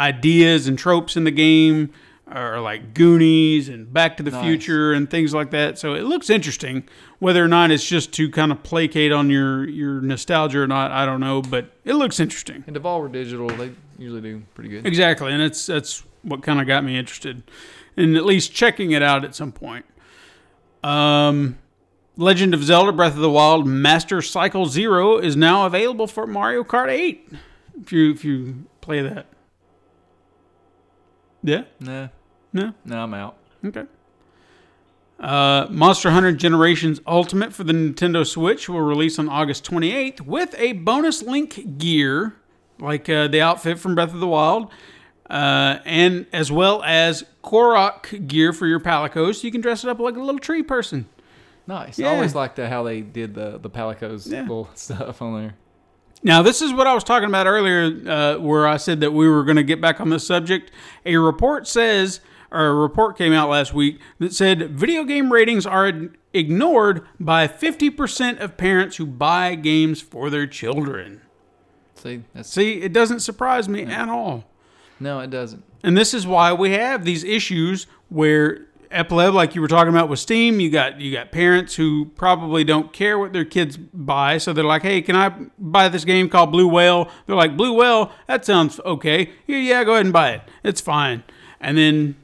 A: ideas and tropes in the game are like Goonies and Back to the Future and things like that. So it looks interesting. Whether or not it's just to kind of placate on your your nostalgia or not, I don't know, but it looks interesting.
B: And Devolver Digital they usually do pretty good.
A: Exactly, and it's that's what kind of got me interested in at least checking it out at some point. Um, Legend of Zelda: Breath of the Wild Master Cycle Zero is now available for Mario Kart Eight. If you if you play that, yeah,
B: No.
A: No?
B: No, I'm out.
A: okay. Uh, Monster Hunter Generations Ultimate for the Nintendo Switch will release on August 28th with a bonus Link gear, like uh, the outfit from Breath of the Wild, uh, and as well as Korok gear for your Palico, so you can dress it up like a little tree person.
B: Nice.
A: Yeah.
B: I always liked the, how they did the the Palico's little stuff on there.
A: Now, this is what I was talking about earlier, uh, where I said that we were going to get back on this subject. A report says, or a report came out last week that said video game ratings are ign- ignored by 50% of parents who buy games for their children.
B: See, that's
A: See, it doesn't surprise me at all.
B: no, it doesn't.
A: And this is why we have these issues where epleb like you were talking about with steam you got you got parents who probably don't care what their kids buy so they're like hey can i buy this game called blue whale they're like blue whale that sounds okay yeah, yeah go ahead and buy it it's fine and then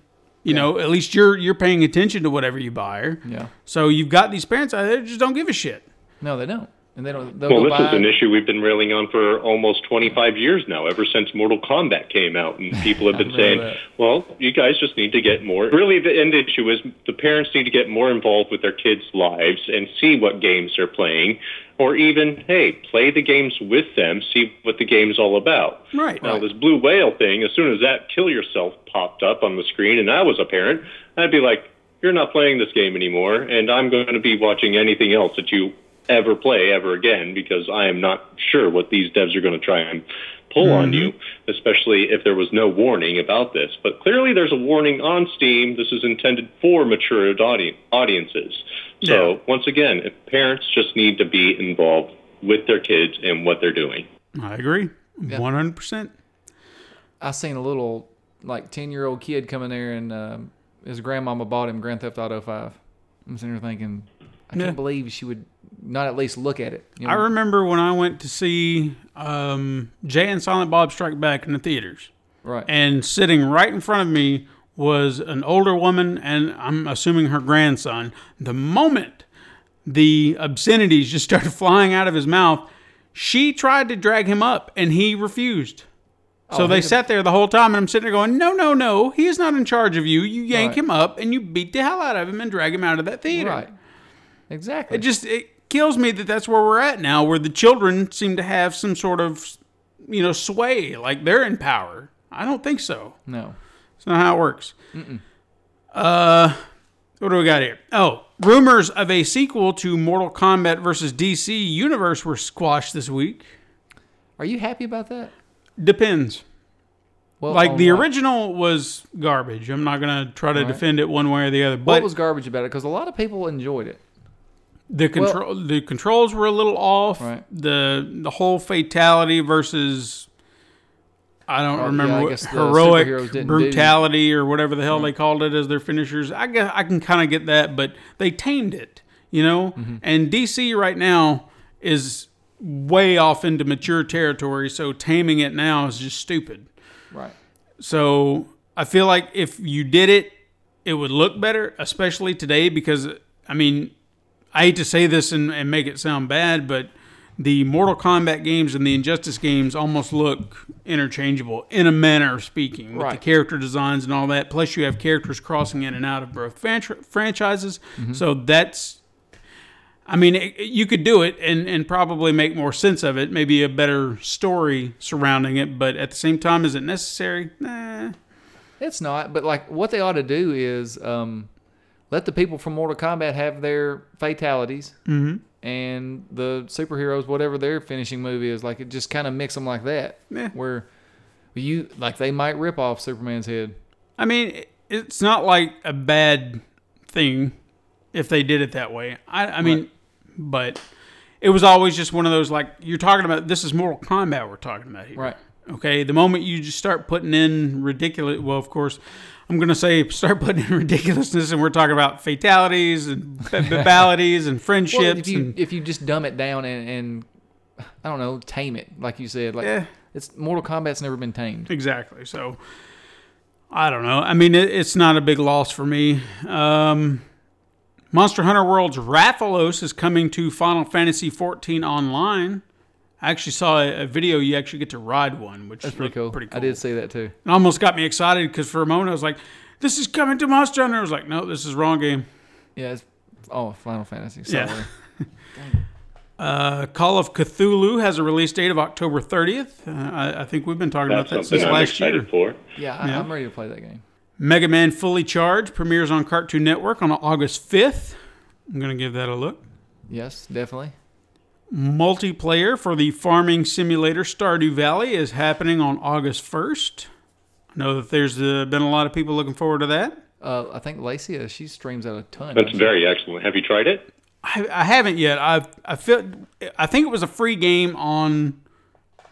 A: you know at least you're you're paying attention to whatever you buy or-
B: Yeah.
A: so you've got these parents out there that just don't give a shit
B: No, they don't. And they don't. they'll go
C: Well, this is
B: buy-
C: an issue we've been railing on for almost 25 years now, ever since Mortal Kombat came out, and people have been
B: I remember
C: saying,
B: that.
C: "Well, you guys just need to get more." Really, the end issue is the parents need to get more involved with their kids' lives and see what games they're playing, or even, hey, play the games with them, see what the game's all about.
A: right
C: Now, this blue whale thing, as soon as that kill yourself popped up on the screen and I was a parent, I'd be like, you're not playing this game anymore, and I'm going to be watching anything else that you ever play ever again because I am not sure what these devs are going to try and pull on
A: Mm-hmm.
C: you, especially if there was no warning about this. But clearly, there's a warning on Steam. This is intended for mature audi- audiences. So, once again, if parents just need to be involved with their kids and what they're doing.
A: i agree 100%
B: I seen a little like ten year old kid coming there, and um, his grandmama bought him Grand Theft Auto Five. I'm sitting there thinking, I can't believe she would not at least look at it. You know?
A: I remember when I went to see um, Jay and Silent Bob Strike Back in the theaters,
B: right.
A: and sitting right in front of me was an older woman, and I'm assuming her grandson. The moment the obscenities just started flying out of his mouth, she tried to drag him up, and he refused.
B: Oh,
A: So they sat there the whole time, and I'm sitting there going, "No, no, no! He is not in charge of you. You yank
B: Right.
A: him up, and you beat the hell out of him, and drag him out of that theater."
B: right. Exactly.
A: it just it kills me that that's where we're at now where the children seem to have some sort of you know sway like they're in power i don't think so
B: no.
A: it's not how it works uh what do we got here oh rumors of a sequel to mortal kombat versus dc universe were squashed this week
B: Are you happy about that?
A: depends
B: Well,
A: like
B: on
A: the
B: what?
A: original was garbage i'm not gonna try to defend it one way or the other
B: What
A: but
B: was garbage about it? Because a lot of people enjoyed it.
A: The
B: Well-
A: control the controls were a little off.
B: Right.
A: The the whole fatality versus I don't
B: Oh, yeah,
A: remember
B: I
A: what-
B: guess the superheroes
A: heroic
B: didn't
A: brutality or whatever the hell they called it as their finishers. I guess I can kind of get that, but they tamed it, you know.
B: Mm-hmm.
A: And DC right now is way off into mature territory, so taming it now is just stupid.
B: Right.
A: So I feel like if you did it, it would look better, especially today, because I mean, I hate to say this and, and make it sound bad, but the Mortal Kombat games and the Injustice games almost look interchangeable in a manner of speaking with the
B: Right.
A: character designs and all that. Plus, you have characters crossing in and out of both franchi- franchises. So that's. I mean, it, it- you could do it and, and probably make more sense of it, maybe a better story surrounding it, but at the same time, is it necessary? Nah.
B: It's not. But like, what they ought to do is um, let the people from Mortal Kombat have their fatalities,
A: Mm-hmm.
B: and the superheroes, whatever their finishing move is, like it just kind of mix them like that.
A: Yeah.
B: Where you like they might rip off Superman's head.
A: I mean, it- it's not like a bad thing if they did it that way. I, I mean, but it was always just one of those like you're talking about. This is Mortal Kombat we're talking about here,
B: Right.
A: Okay, the moment you just start putting in ridiculous, well, of course, I'm gonna say start putting in ridiculousness, and we're talking about fatalities and ba- babalities and friendships.
B: Well, if you
A: and,
B: if you just dumb it down and, and I don't know, tame it, like you said, like
A: Yeah.
B: it's Mortal Kombat's never been tamed.
A: Exactly. So I don't know. I mean, it, it's not a big loss for me. Um, Monster Hunter World's Rathalos is coming to Final Fantasy XIV online. I actually saw a, a video. You actually get to ride one, which is
B: That's pretty cool.
A: Pretty cool.
B: I did see that too.
A: It almost got me excited because for a moment I was like, "This is coming to Monster Hunter." I was like, "No, this is wrong game."
B: Yeah, it's oh Final Fantasy.
A: Yeah.
B: Sorry.
A: Uh, Call of Cthulhu has a release date of October 30th. Uh, I, I think we've been talking
C: That's
A: about that
C: something
A: since
C: I'm
A: last
C: excited
A: year.
C: for.
B: Yeah, I,
A: Yeah.
B: I'm ready to play that game.
A: Mega Man Fully Charged premieres on Cartoon Network on August 5th. I'm going to give that a look.
B: Yes, definitely.
A: Multiplayer for the farming simulator Stardew Valley is happening on August 1st. I know that there's uh, been a lot of people looking forward to that.
B: Uh, I think Lacia she streams out a ton.
C: That's very excellent. Have you tried it?
A: I, I haven't yet. I I feel I think it was a free game on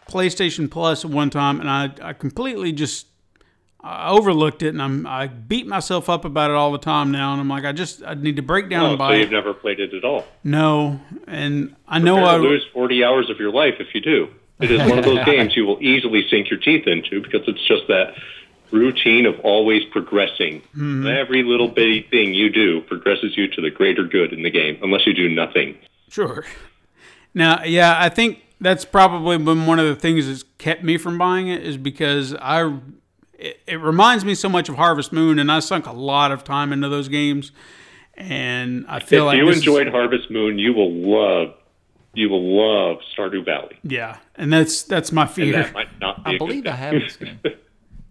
A: PlayStation Plus at one time, and I, I completely just I overlooked it, and I'm I beat myself up about it all the time now. And I'm like, I just I need to break down
C: Oh,
A: and
C: so
A: buy
C: you've
A: it.
C: never played it at all.
A: No, and I know
C: You're
A: Oh, I
C: going to lose 40 hours of your life if you do. It is one of those games you will easily sink your teeth into because it's just that routine of always progressing.
A: Mm-hmm.
C: Every little bitty thing you do progresses you to the greater good in the game, unless you do nothing.
A: Sure. Now, yeah, I think that's probably been one of the things that's kept me from buying it is because I it, it reminds me so much of Harvest Moon, and I sunk a lot of time into those games, and I feel
C: if
A: like
C: you
A: this is-
C: enjoyed Harvest Moon, you will love you will love Stardew Valley.
A: yeah, and that's that's my
C: And
A: fear.
C: that might not be
B: I
C: a good
B: believe I
C: thing.
B: have this game.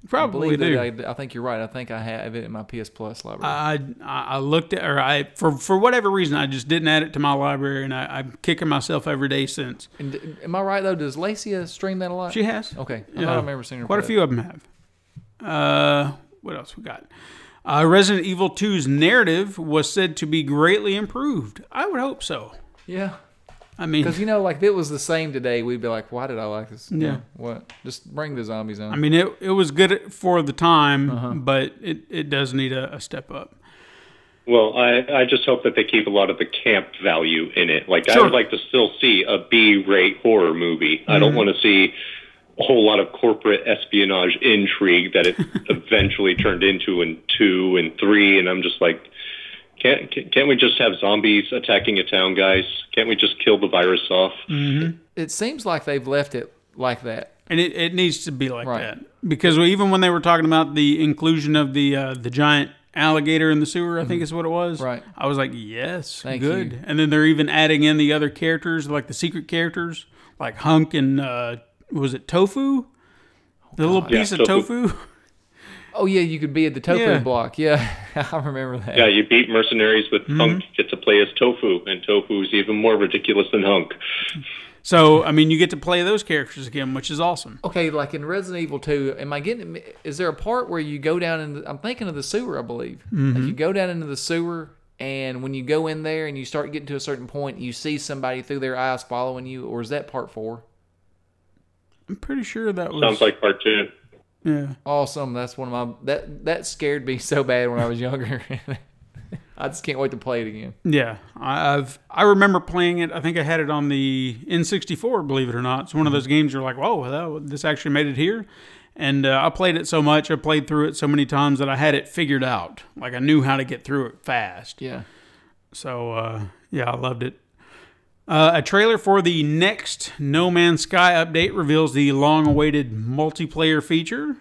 B: I
A: probably
B: believe that
A: do. Uh,
B: I, I think you're right. I think I have it in my PS Plus library.
A: I I I looked at or I for for whatever reason I just didn't add it to my library, and I, I'm kicking myself every day since.
B: And d- am I right though? Does Lacia stream that a lot?
A: She has
B: Okay, I
A: Yeah.
B: thought I remember seeing her.
A: Quite a
B: play
A: few
B: it.
A: of them have. Uh, what else we got? Uh, Resident Evil 2's narrative was said to be greatly improved. I would hope so.
B: Yeah,
A: I mean,
B: because you know, like if it was the same today, we'd be like, "Why did I like this?"
A: Yeah.
B: What? Just bring the zombies on.
A: I mean, it, it was good for the time,
B: Uh-huh.
A: but it, it does need a, a step up.
C: Well, I, I just hope that they keep a lot of the camp value in it. Like I
A: Sure.
C: would like to still see a B rate horror movie. I don't want to see a whole lot of corporate espionage intrigue that it eventually turned into in two and three. And I'm just like, can't can't can't we just have zombies attacking a town, guys? Can't we just kill the virus off?
B: it seems like they've left it like that.
A: And it, it needs to be like
B: Right.
A: that because we, even when they were talking about the inclusion of the uh, the giant alligator in the sewer, I think is what it was.
B: Mm-hmm. Right.
A: I was like, yes,
B: Thank
A: good.
B: you.
A: And then they're even adding in the other characters, like the secret characters, like Hunk and uh, was it Tofu? The little piece of
C: Tofu.
A: tofu.
B: Oh yeah, you could be at the tofu
A: Yeah.
B: block. Yeah, I remember that.
C: Yeah, you beat mercenaries with Hunk. Get to play as Tofu, and Tofu's even more ridiculous than Hunk.
A: So I mean, you get to play those characters again, which is awesome.
B: Okay, like in Resident Evil 2, am I getting? Is there a part where you go down in? The, I'm thinking of the sewer, I believe. Like you go down into the sewer, and when you go in there and you start getting to a certain point, you see somebody through their eyes following you, or is that part four?
A: I'm pretty sure that was
C: Sounds like part two.
A: yeah.
B: Awesome. That's one of my that that scared me so bad when I was younger. I just can't wait to play it again.
A: Yeah, I- I've I remember playing it. I think I had it on the N64. Believe it or not, it's one of those games you're like, whoa, that, this actually made it here. And uh, I played it so much, I played through it so many times that I had it figured out. Like I knew how to get through it fast.
B: Yeah.
A: So uh, yeah, I loved it. Uh, a trailer for the next No Man's Sky update reveals the long-awaited multiplayer feature,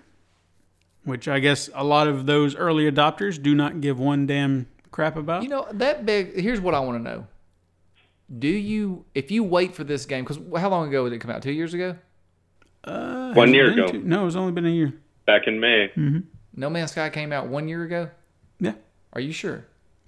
A: which I guess a lot of those early adopters do not give one damn crap about.
B: You know that big. Here's what I want to know. Do you if you wait for this game? Because how long ago did it come out? Two years ago.
C: One year
A: Been
C: ago,
A: two- no, it's only been a year.
C: back in May.
B: No Man's Sky came out one year ago.
A: Yeah,
B: Are you sure?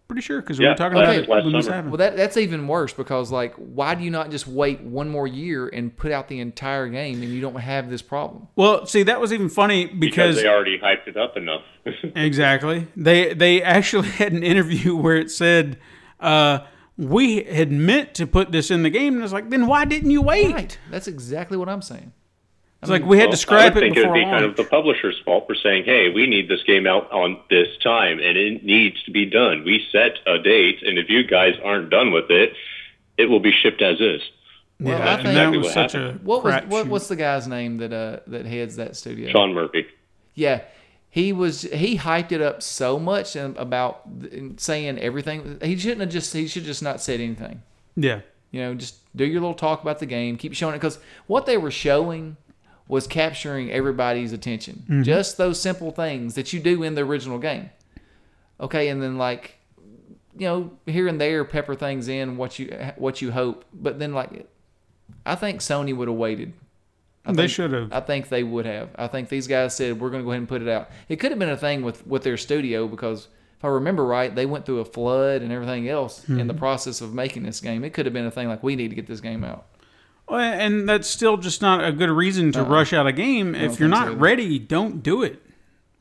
A: pretty sure because we
C: Yeah,
A: were talking
B: okay.
A: about it when
C: Last
A: this
C: summer.
A: happened.
B: Well, that that's even worse because like, why do you not just wait one more year and put out the entire game and you don't have this problem?
A: Well, see, that was even funny
C: because
A: because
C: they already hyped it up enough.
A: exactly they they actually had an interview where it said uh, we had meant to put this in the game, and it's like, then why didn't you wait?
B: Right. That's exactly what I'm saying.
A: It's like we had to scrap
C: I would
A: it
C: think it would
A: before
C: be
A: launch.
C: kind of the publisher's fault for saying, "Hey, we need this game out on this time, and it needs to be done. We set a date, and if you guys aren't done with it, it will be shipped as is."
B: Well,
A: yeah,
B: I think
A: and that
C: exactly
A: was
C: what
A: such
C: happened.
A: a
B: what was
A: crapshoot.
B: what, what's the guy's name that uh that heads that studio?
C: Sean Murphy.
B: Yeah, he was he hyped it up so much and about and saying everything. He shouldn't have just he should just not said anything.
A: yeah.
B: You know, just do your little talk about the game, keep showing it because what they were showing was capturing everybody's attention. Just those simple things that you do in the original game. Okay, and then like you know here and there pepper things in what you what you hope, but then like I think Sony would have waited.
A: They should have.
B: I think they would have. I think these guys said we're going to go ahead and put it out. It could have been a thing with with their studio because if I remember right, they went through a flood and everything else in the
A: Hmm.
B: process of making this game. It could have been a thing like we need to get this game out.
A: Well, and that's still just not a good reason to rush out a game. If you're
B: Uh-uh. think so
A: not
B: either.
A: ready, don't do it.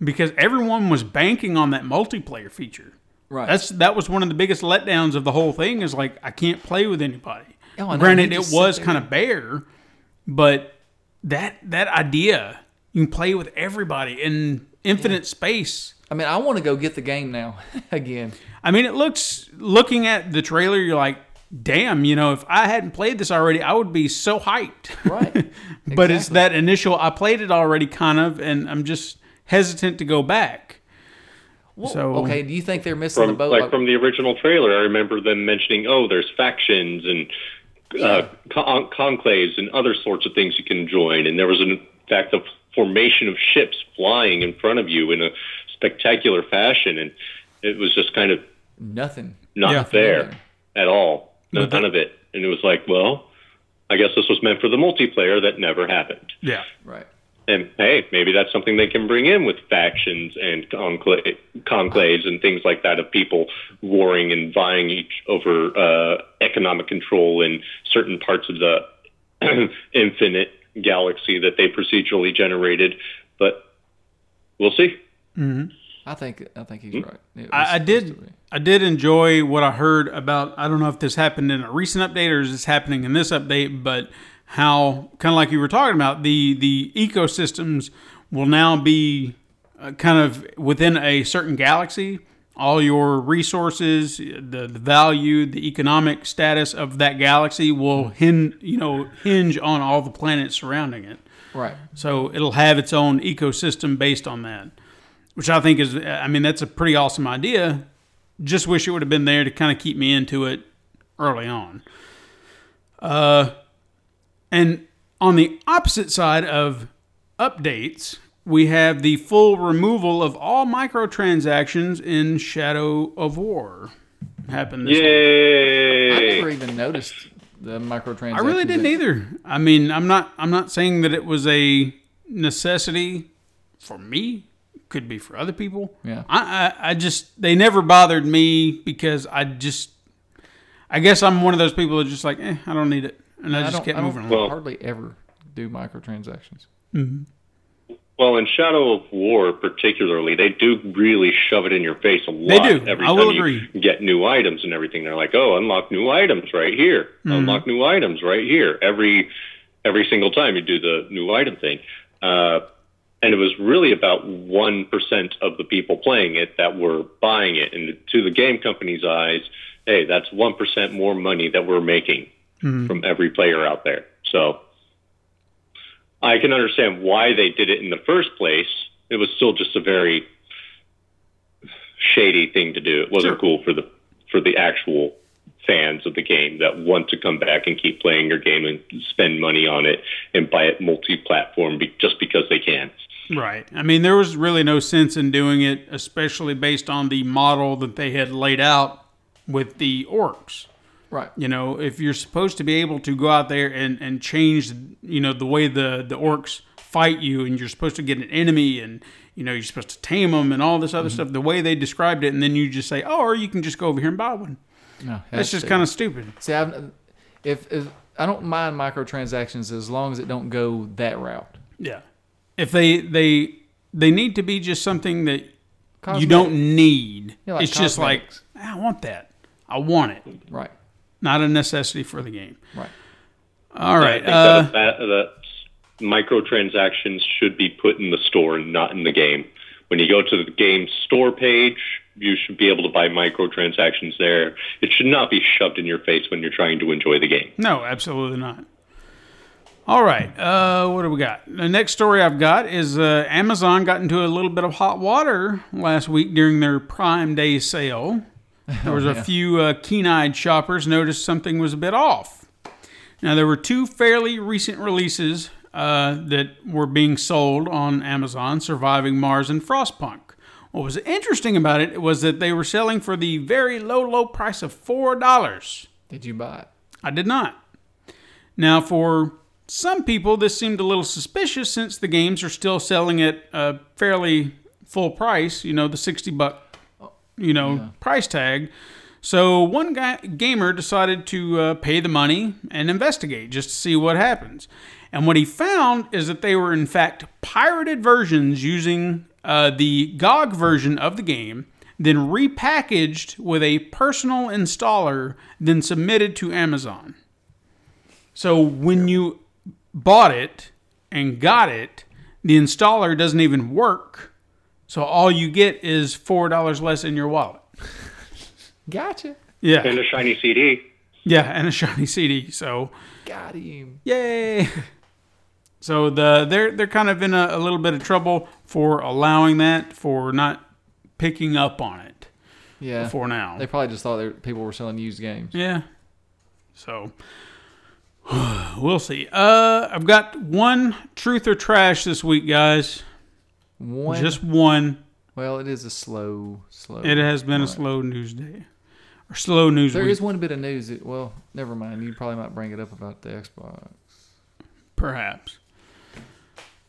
A: Because everyone was banking on that multiplayer feature.
B: Right.
A: That's that was one of the biggest letdowns of the whole thing. Is like I can't play with anybody.
B: Oh, I know.
A: Granted, it
B: You just sit
A: was
B: there.
A: kind of bare, but that that idea you can play with everybody, and infinite space.
B: I mean, I want to go get the game now again.
A: I mean, it looks looking at the trailer, you're like, damn, you know, if I hadn't played this already, I would be so hyped.
B: Right.
A: but it's
B: Exactly.
A: that initial I played it already kind of and I'm just hesitant to go back. so
B: okay, do you think they're missing the
C: From
B: boat?
C: like, from the original trailer, I remember them mentioning, oh, there's factions and uh, con- conclaves and other sorts of things you can join. And there was, in fact, the formation of ships flying in front of you in a spectacular fashion, and it was just kind of
B: nothing.
C: not
A: Yeah.
C: there at all, none,
A: But that-
C: of it. And it was like, well, I guess this was meant for the multiplayer that never happened.
A: yeah.
B: Right.
C: And hey, maybe that's something they can bring in with factions and concla- conclaves and things like that of people warring and vying each over uh, economic control in certain parts of the infinite galaxy that they procedurally generated. But we'll see.
B: I think I think
C: Hmm?
B: he's right. It was
A: I, I
B: supposed to
A: did
B: be.
A: I did enjoy what I heard about I don't know if this happened in a recent update or is this happening in this update, but how kind of like you were talking about the the ecosystems will now be uh, kind of within a certain galaxy all your resources the, the value the economic status of that galaxy will hin, you know hinge on all the planets surrounding it
B: Right.
A: so it'll have its own ecosystem based on that, which I think is, I mean, that's a pretty awesome idea. Just wish it would have been there to kind of keep me into it early on. Uh, and on the opposite side of updates, we have the full removal of all microtransactions in Shadow of War. Happened this
B: I
C: Yay!
B: never even noticed the microtransactions.
A: I really didn't either. I mean, I'm not I'm not saying that it was a necessity for me. Could be for other people.
B: Yeah.
A: I I, I just they never bothered me because I just I guess I'm one of those people that just like eh, I don't need it, and I
B: I
A: just
B: don't,
A: kept
B: I don't
A: moving along.
C: Well-
B: hardly ever do microtransactions.
C: Well, in Shadow of War, particularly, they do really shove it in your face a lot.
A: do.
C: Every
A: I will
C: time
A: agree.
C: You get new items and everything. They're like, "Oh, unlock new items right here.
A: Mm-hmm.
C: Unlock new items right here." Every every single time you do the new item thing, uh, and it was really about one percent of the people playing it that were buying it. And to the game company's eyes, hey, that's one percent more money that we're making
A: Mm-hmm.
C: from every player out there. So I can understand why they did it in the first place. It was still just a very shady thing to do. It wasn't cool for the for the actual fans of the game that want to come back and keep playing your game and spend money on it and buy it multi-platform be, just because they can.
A: Right. I mean, there was really no sense in doing it, especially based on the model that they had laid out with the orcs.
B: Right.
A: You know, if you're supposed to be able to go out there and, and change, you know, the way the, the orcs fight you and you're supposed to get an enemy and, you know, you're supposed to tame them and all this other stuff, the way they described it, and then you just say, oh, or you can just go over here and buy one.
B: No,
A: That's just kind of stupid.
B: See, I've, if, if I don't mind microtransactions as long as it don't go that route.
A: Yeah. If they, they, they need to be just something that you
B: Cosmetic.
A: don't need.
B: Yeah, like
A: it's just like,
B: cosmetics.
A: I want that. I want it.
B: Right.
A: Not a necessity for the game.
B: Right.
A: All
C: I
A: right.
C: think
A: Uh,
C: that, that microtransactions should be put in the store and not in the game. When you go to the game store page, you should be able to buy microtransactions there. It should not be shoved in your face when you're trying to enjoy the game.
A: No, absolutely not. All right, uh, what do we got? The next story I've got is uh, Amazon got into a little bit of hot water last week during their Prime Day sale. There was a few uh, keen-eyed shoppers noticed something was a bit off. Now there were two fairly recent releases uh, that were being sold on Amazon: Surviving Mars and Frostpunk. What was interesting about it was that they were selling for the very low, low price of four dollars.
B: Did you buy it?
A: I did not. Now, for some people, this seemed a little suspicious since the games are still selling at a fairly full price, you know, the 60 buck, you know, price tag. So one guy, gamer decided to uh, pay the money and investigate just to see what happens. And what he found is that they were, in fact, pirated versions using uh, the GOG version of the game, then repackaged with a personal installer, then submitted to Amazon. So when you bought it and got it, the installer doesn't even work. So all you get is four dollars less in your wallet.
B: Gotcha.
C: and
A: Yeah,
C: a shiny CD.
A: yeah, and a shiny CD. So
B: Got him.
A: Yay! So the they're they're kind of in a, a little bit of trouble for allowing that, for not picking up on it
B: Yeah.
A: for now.
B: They probably just thought they- people were selling used games.
A: Yeah. So we'll see. Uh, I've got one truth or trash this week, guys.
B: One.
A: Just one.
B: well, it is a slow, slow.
A: It has been a
B: Right.
A: slow news day or slow news
B: There
A: week.
B: is one bit of news. That, well, never mind. You probably might bring it up about the Xbox.
A: Perhaps.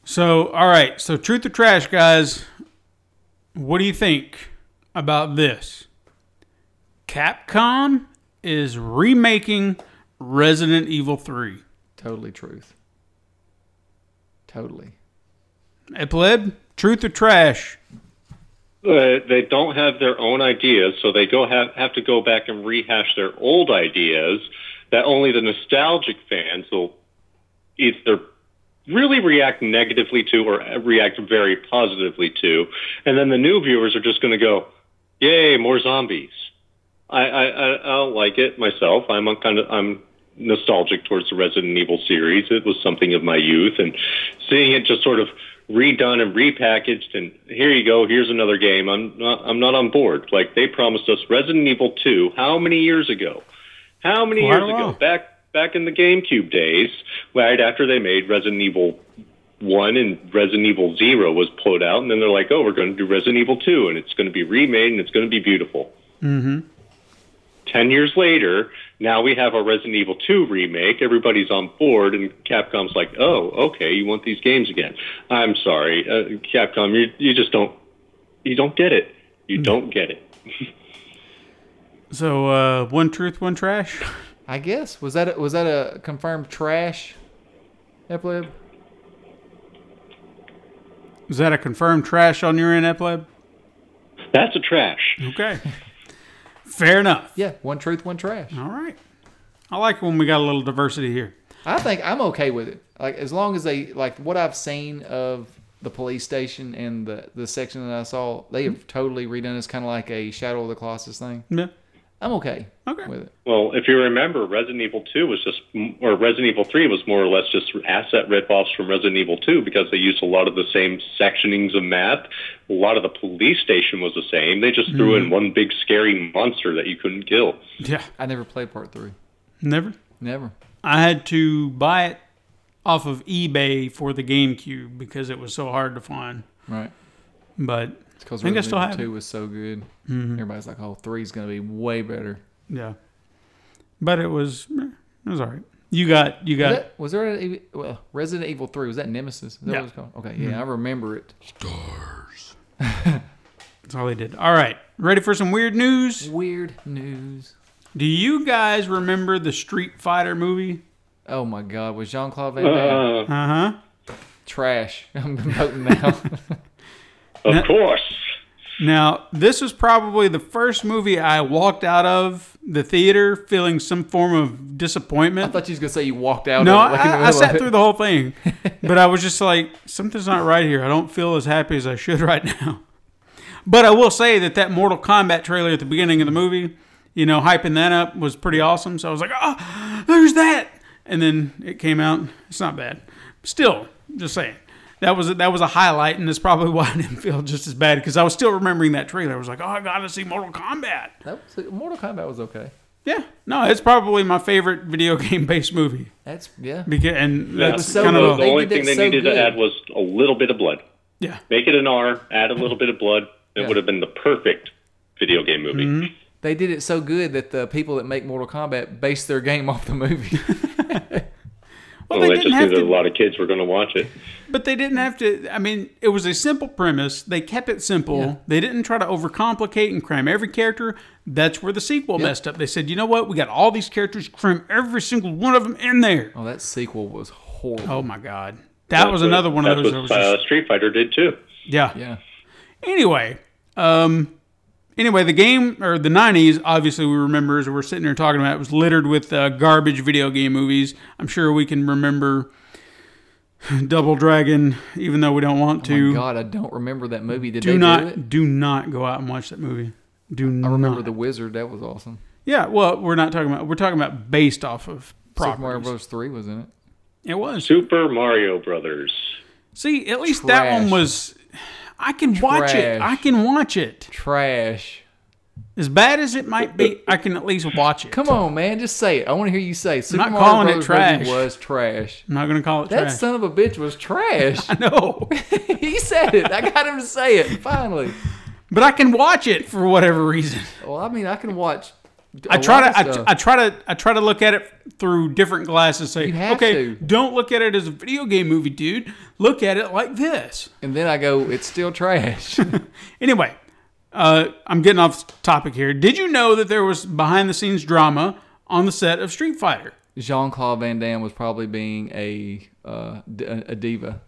A: So, all right. So, truth or trash, guys. What do you think about this? Capcom is remaking Resident Evil 3.
B: Totally truth. Totally.
A: Epleb, truth or trash?
C: Uh, they don't have their own ideas, so they go have, have to go back and rehash their old ideas that only the nostalgic fans will either really react negatively to or uh, react very positively to. And then the new viewers are just going to go, yay, more zombies. I, I, I, I don't like it myself. I'm a kind of, I'm nostalgic towards the Resident Evil series. It was something of my youth and seeing it just sort of redone and repackaged and here you go, here's another game. I'm not, I'm not on board. Like they promised us Resident Evil 2 how many years ago? How many
A: Quite
C: years
A: a
C: ago?
A: while.
C: Back back in the GameCube days, right after they made Resident Evil one and Resident Evil Zero was put out, and then they're like, "Oh, we're going to do Resident Evil Two, and it's going to be remade, and it's going to be beautiful." Mm-hmm. Ten years later, now we have a Resident Evil Two remake. Everybody's on board, and Capcom's like, "Oh, okay, you want these games again?" I'm sorry, uh, Capcom, you you just don't you don't get it. You don't get it.
A: So, uh, one truth, one trash?
B: I guess was that a, was that a confirmed trash? Eplib.
A: Is that a confirmed trash on your end, Epleb?
C: That's a trash.
A: Okay. Fair enough.
B: Yeah, one truth, one trash.
A: All right. I like when we got a little diversity here.
B: I think I'm okay with it. Like as long as they like what I've seen of the police station and the the section that I saw, they
A: Mm-hmm.
B: have totally redone. It's kind of like a Shadow of the Colossus thing.
A: Yeah.
B: I'm okay
A: Okay.
B: with it.
C: Well, if you remember, Resident Evil 2 was just, or Resident Evil 3 was more or less just asset ripoffs from Resident Evil 2 because they used a lot of the same sectionings of map. A lot of the police station was the same. They just threw in one big scary monster that you couldn't kill.
A: Yeah.
B: I never played part three.
A: Never.
B: Never.
A: I had to buy it off of eBay for the GameCube because it was so hard to find.
B: Right.
A: But
B: It's because
A: Think I
B: Resident
A: still
B: Evil
A: have it. Mm-hmm.
B: Two was so good. Everybody's like, "Oh, three's gonna be way better."
A: yeah, but it was it was all right. You got you got
B: Was, that, was there an, Ev- well, Resident Evil Three? Was that Nemesis? Is
A: Yeah.
B: that
A: Mm-hmm.
B: what it's called? Okay, yeah, I remember it.
A: that's all they did. All right, ready for some weird news?
B: Weird news.
A: Do you guys remember the Street Fighter movie?
B: Oh my God, was Jean Claude Van Damme
C: Uh,
A: Uh huh.
B: trash? I'm voting now.
C: of course.
A: Now this was probably the first movie I walked out of the theater feeling some form of disappointment.
B: I thought you was gonna say you walked out.
A: No,
B: of it, like in
A: I,
B: the
A: I
B: middle of
A: sat
B: it.
A: through the whole thing, but I was just like, something's not right here. I don't feel as happy as I should right now. But I will say that that Mortal Kombat trailer at the beginning of the movie, you know, hyping that up was pretty awesome. So I was like, oh, there's that, and then it came out. It's not bad. Still, just saying. That was that was a highlight, and it's probably why I didn't feel just as bad because I was still remembering that trailer. I was like, "Oh, I gotta see Mortal Kombat."
B: That was, Mortal Kombat was okay.
A: Yeah, no, it's probably my favorite video game based movie,
B: That's yeah.
A: because, and that's
B: so
A: kind
C: the
A: of
B: good.
A: a,
B: They
C: only
B: did
C: thing
B: it
C: they
B: so
C: needed
B: good.
C: to add was a little bit of blood.
A: yeah.
C: Make it an R, add a little bit of blood. It
B: Yeah.
C: would have been the perfect video game movie.
A: Mm-hmm.
B: They did it so good that the people that make Mortal Kombat base their game off the movie.
A: Well,
C: Well,
A: they
C: that just
A: didn't
C: knew
A: have
C: that a
A: to,
C: lot of kids were going to watch it.
A: but they didn't have to. I mean, it was a simple premise. They kept it simple.
B: Yeah.
A: They didn't try to overcomplicate and cram every character. That's where the sequel messed up. They said, you know what? We got all these characters, cram every single one of them in there.
B: oh, that sequel was horrible.
A: Oh my god, that was another one of
C: That's
A: those. that
C: what
A: was just-
C: uh, Street Fighter did too.
A: yeah.
B: Yeah.
A: Anyway, um, anyway, the game or the '90s, obviously, we remember as we're sitting here talking about, it was littered with uh, garbage video game movies. I'm sure we can remember Double Dragon, even though we don't want to.
B: Oh God, I don't remember that movie. Did
A: do
B: they do
A: not
B: it?
A: do, not go out and watch that movie. Do
B: I
A: not
B: remember The Wizard. That was awesome.
A: Yeah, well, we're not talking about. We're talking about based off of
B: Super Mario
A: properties.
B: Bros. 3 was in it.
A: It was.
C: Super Mario Brothers.
A: See, at least that one
B: Trash.
A: was. I can watch it.
B: Trash.
A: I can watch it.
B: Trash.
A: As bad as it might be, I can at least watch it.
B: Come on, man. Just say it. I want to hear you say Super
A: not
B: Mario
A: calling it
B: Brothers movie
A: trash.
B: was trash.
A: I'm not gonna call it
B: That
A: trash.
B: son of a bitch was trash.
A: no,
B: he said it. I got him to say it. Finally.
A: but I can watch it for whatever reason.
B: Well, I mean, I can watch.
A: I
B: a
A: try
B: lot
A: to. I,
B: of stuff.
A: I try to. I try to look at it through different glasses. Say,
B: You have
A: okay,
B: to.
A: don't look at it as a video game movie, dude. Look at it like this.
B: and then I go, it's still trash.
A: Anyway, uh, I'm getting off topic here. Did you know that there was behind the scenes drama on the set of Street Fighter?
B: Jean Claude Van Damme was probably being a uh, d- a a diva.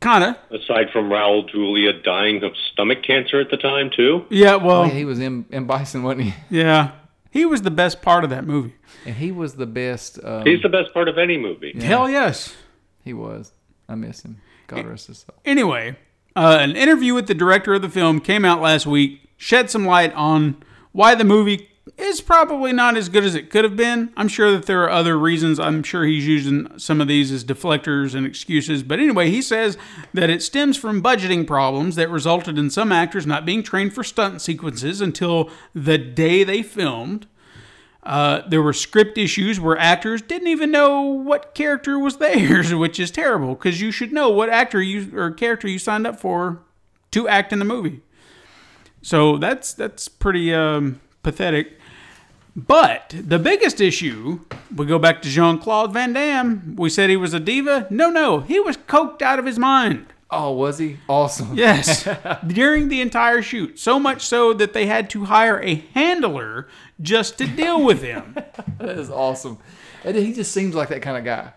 A: Kinda.
C: Aside from Raul Julia dying of stomach cancer at the time, too.
A: Yeah. Well.
B: Yeah, he was in, in Bison, wasn't he?
A: Yeah. He was the best part of that movie.
B: And he was the best. Um,
C: He's the best part of any movie.
A: Hell yes.
B: he was. I miss him. God rest his soul.
A: Anyway, uh, an interview with the director of the film came out last week, shed some light on why the movie is probably not as good as it could have been. I'm sure that there are other reasons. I'm sure he's using some of these as deflectors and excuses. But anyway, he says that it stems from budgeting problems that resulted in some actors not being trained for stunt sequences until the day they filmed. Uh, there were script issues where actors didn't even know what character was theirs, which is terrible because you should know what actor you or character you signed up for to act in the movie. So that's that's pretty um, pathetic. But the biggest issue, we go back to Jean Claude Van Damme. We said he was a diva. No, no, he was coked out of his mind.
B: Oh, was he? Awesome.
A: Yes. During the entire shoot. So much so that they had to hire a handler just to deal with him.
B: That is awesome. And he just seems like that kind of guy.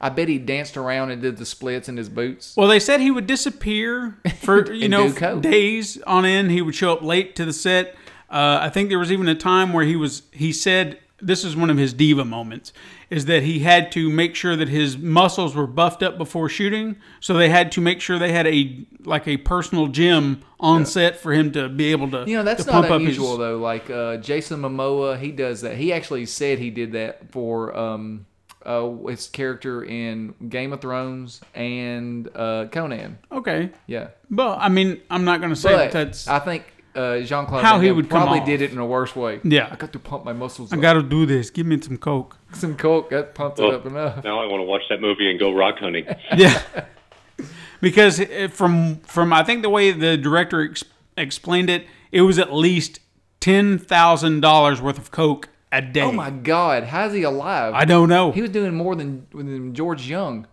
B: I bet he danced around and did the splits in his boots.
A: Well, they said he would disappear for you
B: And
A: know
B: do coke.
A: days on end. He would show up late to the set. Uh, I think there was even a time where he was. He said this is one of his diva moments is that he had to make sure that his muscles were buffed up before shooting. So they had to make sure they had a like a personal gym on set for him to be able to
B: You know, that's
A: to
B: not
A: pump up his-
B: unusual though. Like uh, Jason Momoa, he does that. He actually said he did that for um, uh, his character in Game of Thrones and uh, Conan.
A: Okay,
B: Yeah,
A: well, I mean, I'm not going to say
B: but
A: that that's.
B: I think uh, Jean Claude
A: How
B: Van
A: he
B: Damme
A: would come
B: probably
A: off.
B: did it in a worse way.
A: Yeah.
B: I got to pump my muscles.
A: I
B: up.
A: got to do this. Give me some coke.
B: some coke. That pumped it
C: Oh.
B: up enough.
C: Now I want to watch that movie and go rock hunting.
A: yeah because it- from from i think the way the director ex- explained it it was at least $10000 worth of coke a day
B: Oh my God, how's he alive?
A: i don't know
B: he was doing more than, than George Young.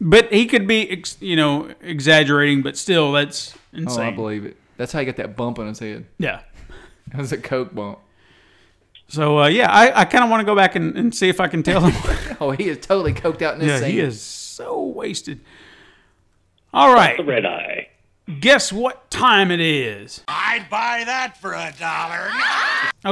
A: but he could be ex- you know exaggerating but still that's
B: Oh,
A: insane
B: I believe it. That's how he got that bump on his head.
A: yeah
B: That was a coke bump.
A: so uh, yeah i, I kind of want to go back and, and see if i can tell him
B: Oh, he is totally coked out in his
A: yeah
B: scene.
A: he is so wasted all right
C: Red Eye.
A: guess what time it is? I'd buy that for a dollar.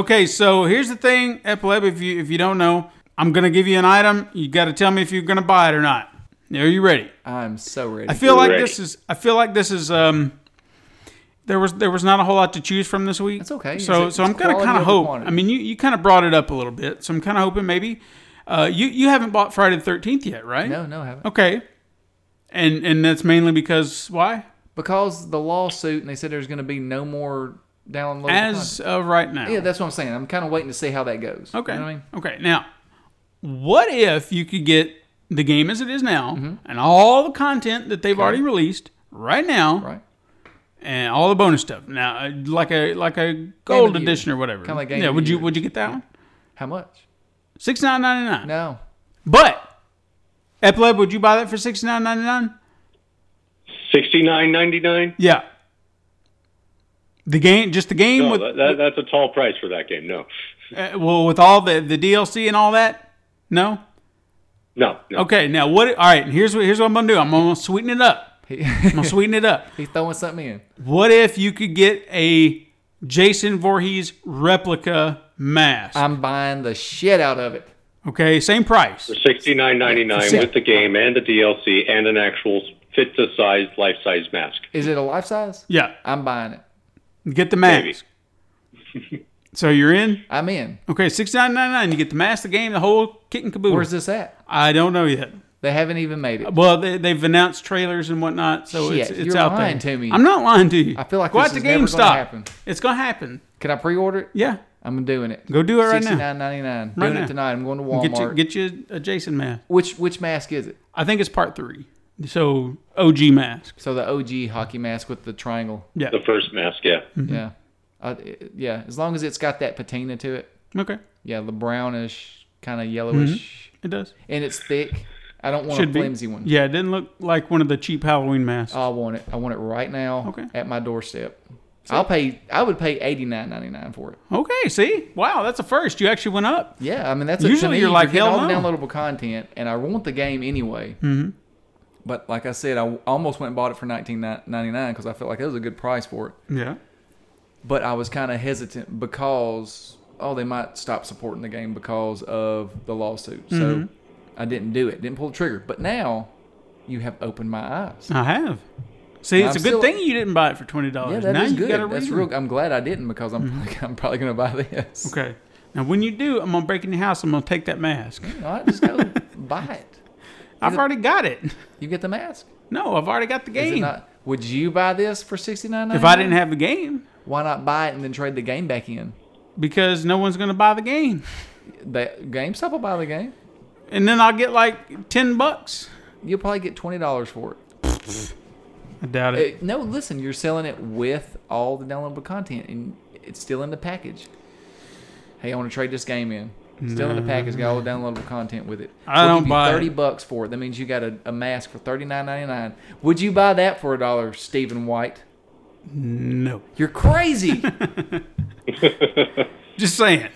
A: okay, so here's the thing, Epileb, if you if you don't know, I'm gonna give you an item. You gotta tell me if you're gonna buy it or not. Are you ready?
B: I'm so ready.
A: I feel like
C: Ready.
A: this is I feel like this is um there was there was not a whole lot to choose from this week.
B: That's okay.
A: So
B: It's-
A: so I'm
B: it's
A: gonna
B: quality
A: kinda
B: over
A: hope.
B: quantity.
A: I mean you, you kinda brought it up a little bit, so I'm kinda hoping maybe uh you, you haven't bought Friday the thirteenth yet, right?
B: no, no, I haven't.
A: Okay. And and that's mainly because why?
B: Because the lawsuit, and they said there's going to be no more download.
A: As of right now.
B: yeah, that's what I'm saying. I'm kind of waiting to see how that goes. You
A: Okay.
B: know what I mean,
A: Okay. Now, what if you could get the game as it is now
B: Mm-hmm.
A: and all the content that they've already released right now
B: right?
A: and all the bonus stuff now, uh, like a like a gold
B: the Year.
A: edition or whatever?
B: Kinda like Game
A: yeah.
B: of
A: Would
B: the
A: you
B: Year.
A: Would you get that one?
B: How much?
A: Six nine ninety nine.
B: No,
A: But Epileb, would you buy that for sixty nine ninety nine?
C: Sixty nine ninety nine.
A: Yeah. The game, just the game
C: No,
A: with
C: that, that, that's a tall price for that game. No,
A: uh, well with all the the DLC and all that. No.
C: no. no.
A: Okay. Now what? All right. Here's what here's what I'm gonna do. I'm gonna sweeten it up.
B: He-
A: I'm gonna sweeten it up.
B: he's throwing something in.
A: What if you could get a Jason Voorhees replica mask?
B: Um, I'm buying the shit out of it.
A: Okay, same price.
C: Sixty nine ninety nine with the game and the DLC and an actual fit to size life size mask.
B: Is it a life size?
A: Yeah,
B: I'm buying it.
A: get the mask.
C: Maybe.
A: so you're in.
B: I'm in.
A: Okay, six nine nine nine. You get the mask, the game, the whole kit and caboodle.
B: Where's this at?
A: I don't know yet.
B: They haven't even made it.
A: Well, they, they've announced trailers and whatnot, so it's,
B: Shit,
A: it's
B: you're
A: out
B: lying
A: there.
B: to me.
A: I'm not lying to you.
B: I feel like
A: go
B: this
A: out to
B: is never gonna
A: GameStop.
B: happen.
A: It's gonna happen.
B: Can I pre-order it?
A: Yeah,
B: I'm doing it.
A: Go do it right now.
B: Sixty-nine ninety-nine.
A: Right
B: Doing
A: now.
B: it tonight. I'm going to Walmart.
A: get you get you a Jason mask.
B: which which mask is it?
A: I think it's part three. So OG mask.
B: So the OG hockey mask with the triangle.
A: Yeah.
C: The first mask, yeah.
A: Mm-hmm. Hmm.
B: Yeah. Uh, it- yeah. As long as it's got that patina to it.
A: Okay,
B: Yeah, the brownish, kind of yellowish,
A: it does.
B: and it's thick. I don't want
A: Hmm. Should
B: a
A: be
B: flimsy one. Oh.
A: Yeah, it didn't look like one of the cheap Halloween masks.
B: I want it. I want it right now.
A: Okay.
B: At my doorstep. I'll pay. I would pay eighty nine ninety nine for it.
A: okay, see, wow, that's a first. You actually went up.
B: Yeah, I mean that's a,
A: Usually
B: to me,
A: you're like,
B: getting
A: hell
B: all the
A: no.
B: downloadable content, and I want the game anyway. Mm-hmm. But like I said, I almost went and bought it for nineteen ninety nine because I felt like it was a good price for it.
A: Yeah.
B: But I was kind of hesitant because oh, they might stop supporting the game because of the lawsuit. So I didn't do it. Didn't pull the trigger. But now you have opened my eyes.
A: I have. See, it's
B: I'm
A: a good
B: still-
A: thing you didn't buy it for twenty
B: Yeah,
A: dollars.
B: that
A: now
B: is
A: you
B: good.
A: got a
B: That's
A: reason. Mm-hmm.
B: real. I'm glad I didn't because I'm I'm probably gonna buy this.
A: Okay. Now, when you do, I'm gonna break in your house. I'm gonna take that mask.
B: No, I just go buy it.
A: I've already got it.
B: You get the mask.
A: No, I've already got the
B: Is it
A: game.
B: not- would you buy this for sixty nine?
A: If I didn't have the game,
B: why not buy it and then trade the game back in?
A: because no one's gonna buy the game,
B: The GameStop will buy the game.
A: and then I'll get like ten bucks.
B: You'll probably get twenty dollars for it.
A: I doubt it.
B: Uh, no, listen, you're selling it with all the downloadable content, and it's still in the package. Hey, I want to trade this game in. It's Still in the package, got all the downloadable content with it.
A: Mm-hmm. I
B: we'll
A: don't
B: give you
A: buy it.
B: thirty bucks for it. That means you got a, a mask for thirty nine ninety nine. Would you buy that for a dollar, Stephen White?
A: No.
B: You're crazy.
A: Just saying.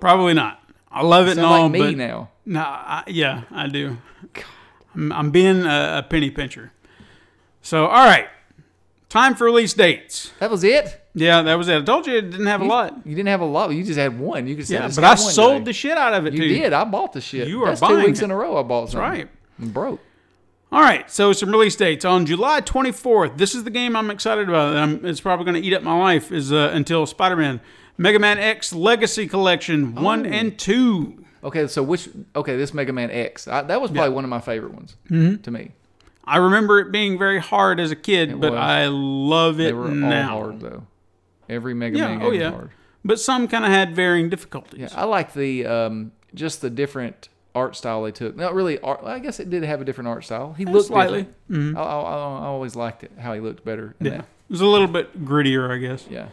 A: Probably not. I love it and
B: Sound
A: all,
B: like me
A: but
B: now.
A: no, I, yeah, I do. I'm, I'm being a, a penny pincher. So, all right, time for release dates.
B: That was it.
A: Yeah, that was it. I told you it didn't have a
B: You-
A: lot.
B: You didn't have a lot. You just had one. You could say,
A: Yeah,
B: just
A: but
B: got
A: I
B: one
A: sold
B: today.
A: the shit out of it.
B: You
A: too.
B: did. I bought the shit.
A: You are
B: That's
A: buying
B: two weeks
A: it.
B: in a row. I bought something.
A: right.
B: I'm broke.
A: All right, so some release dates on July 24th. This is the game I'm excited about. and I'm, it's probably going to eat up my life. Is uh, until Spider-Man, Mega Man X Legacy Collection one
B: Oh.
A: and two.
B: Okay, so which? Okay, this Mega Man X. I, that was probably one of my favorite ones
A: Mm-hmm.
B: to me.
A: I remember it being very hard as a kid, but
B: was.
A: I love it
B: They were
A: now.
B: all hard though. Every Mega
A: Yeah,
B: Man game
A: oh
B: was
A: yeah.
B: hard.
A: But some kind of had varying difficulties.
B: Yeah, I like the um, just the different art style they took. Not really art. I guess it did have a different art style. He looked
A: slightly. Mm-hmm.
B: different. I, I, I- I always liked it how he looked better. In
A: Yeah.
B: That.
A: It was a little bit grittier, I guess.
B: Yeah.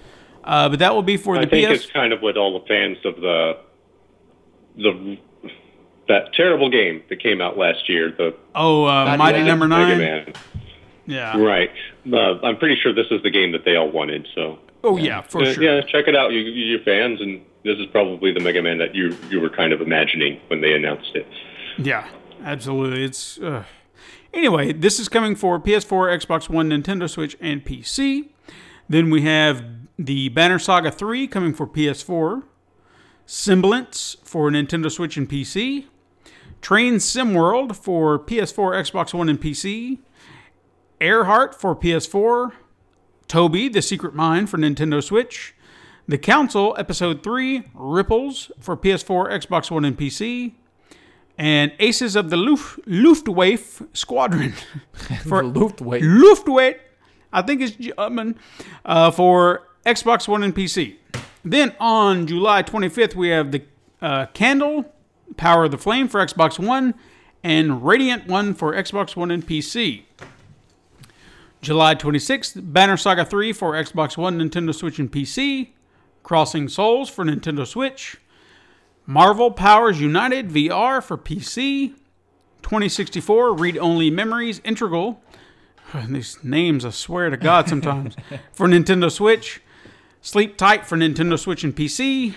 A: Uh, but that will be for
C: I
A: the
C: think
A: PS.
C: it's kind of what all the fans of the the that terrible game that came out last year, the
A: Oh, uh,
B: Mighty
A: Mighty
B: Man.
A: Number
C: Mega
A: Nine.
C: Man.
A: Yeah.
C: Right. Uh, I'm pretty sure this is the game that they all wanted. So
A: Oh yeah, for
C: Uh,
A: sure.
C: yeah, check it out, you, you you fans, and this is probably the Mega Man that you you were kind of imagining when they announced it.
A: Yeah, absolutely. It's uh. anyway. This is coming for PS4, Xbox One, Nintendo Switch, and PC. Then we have the Banner Saga 3 coming for PS4, Semblance for Nintendo Switch and PC, Train Sim World for PS4, Xbox One, and PC, Airheart for PS4, Toby the Secret Mine for Nintendo Switch. The Council Episode 3 Ripples for PS4, Xbox One, and PC and Aces of the Luf- Luftwaffe Squadron for
B: Luftwaffe.
A: Luftwaffe, I think it's German, uh, for Xbox One and PC. Then on July 25th, we have the uh, Candle, Power of the Flame for Xbox One, and Radiant One for Xbox One and PC. July 26th, Banner Saga 3 for Xbox One, Nintendo Switch, and PC. Crossing Souls for Nintendo Switch. Marvel Powers United VR for PC, 2064 Read Only Memories Integral. These names, I swear to God, sometimes for Nintendo Switch. Sleep Tight for Nintendo Switch and PC.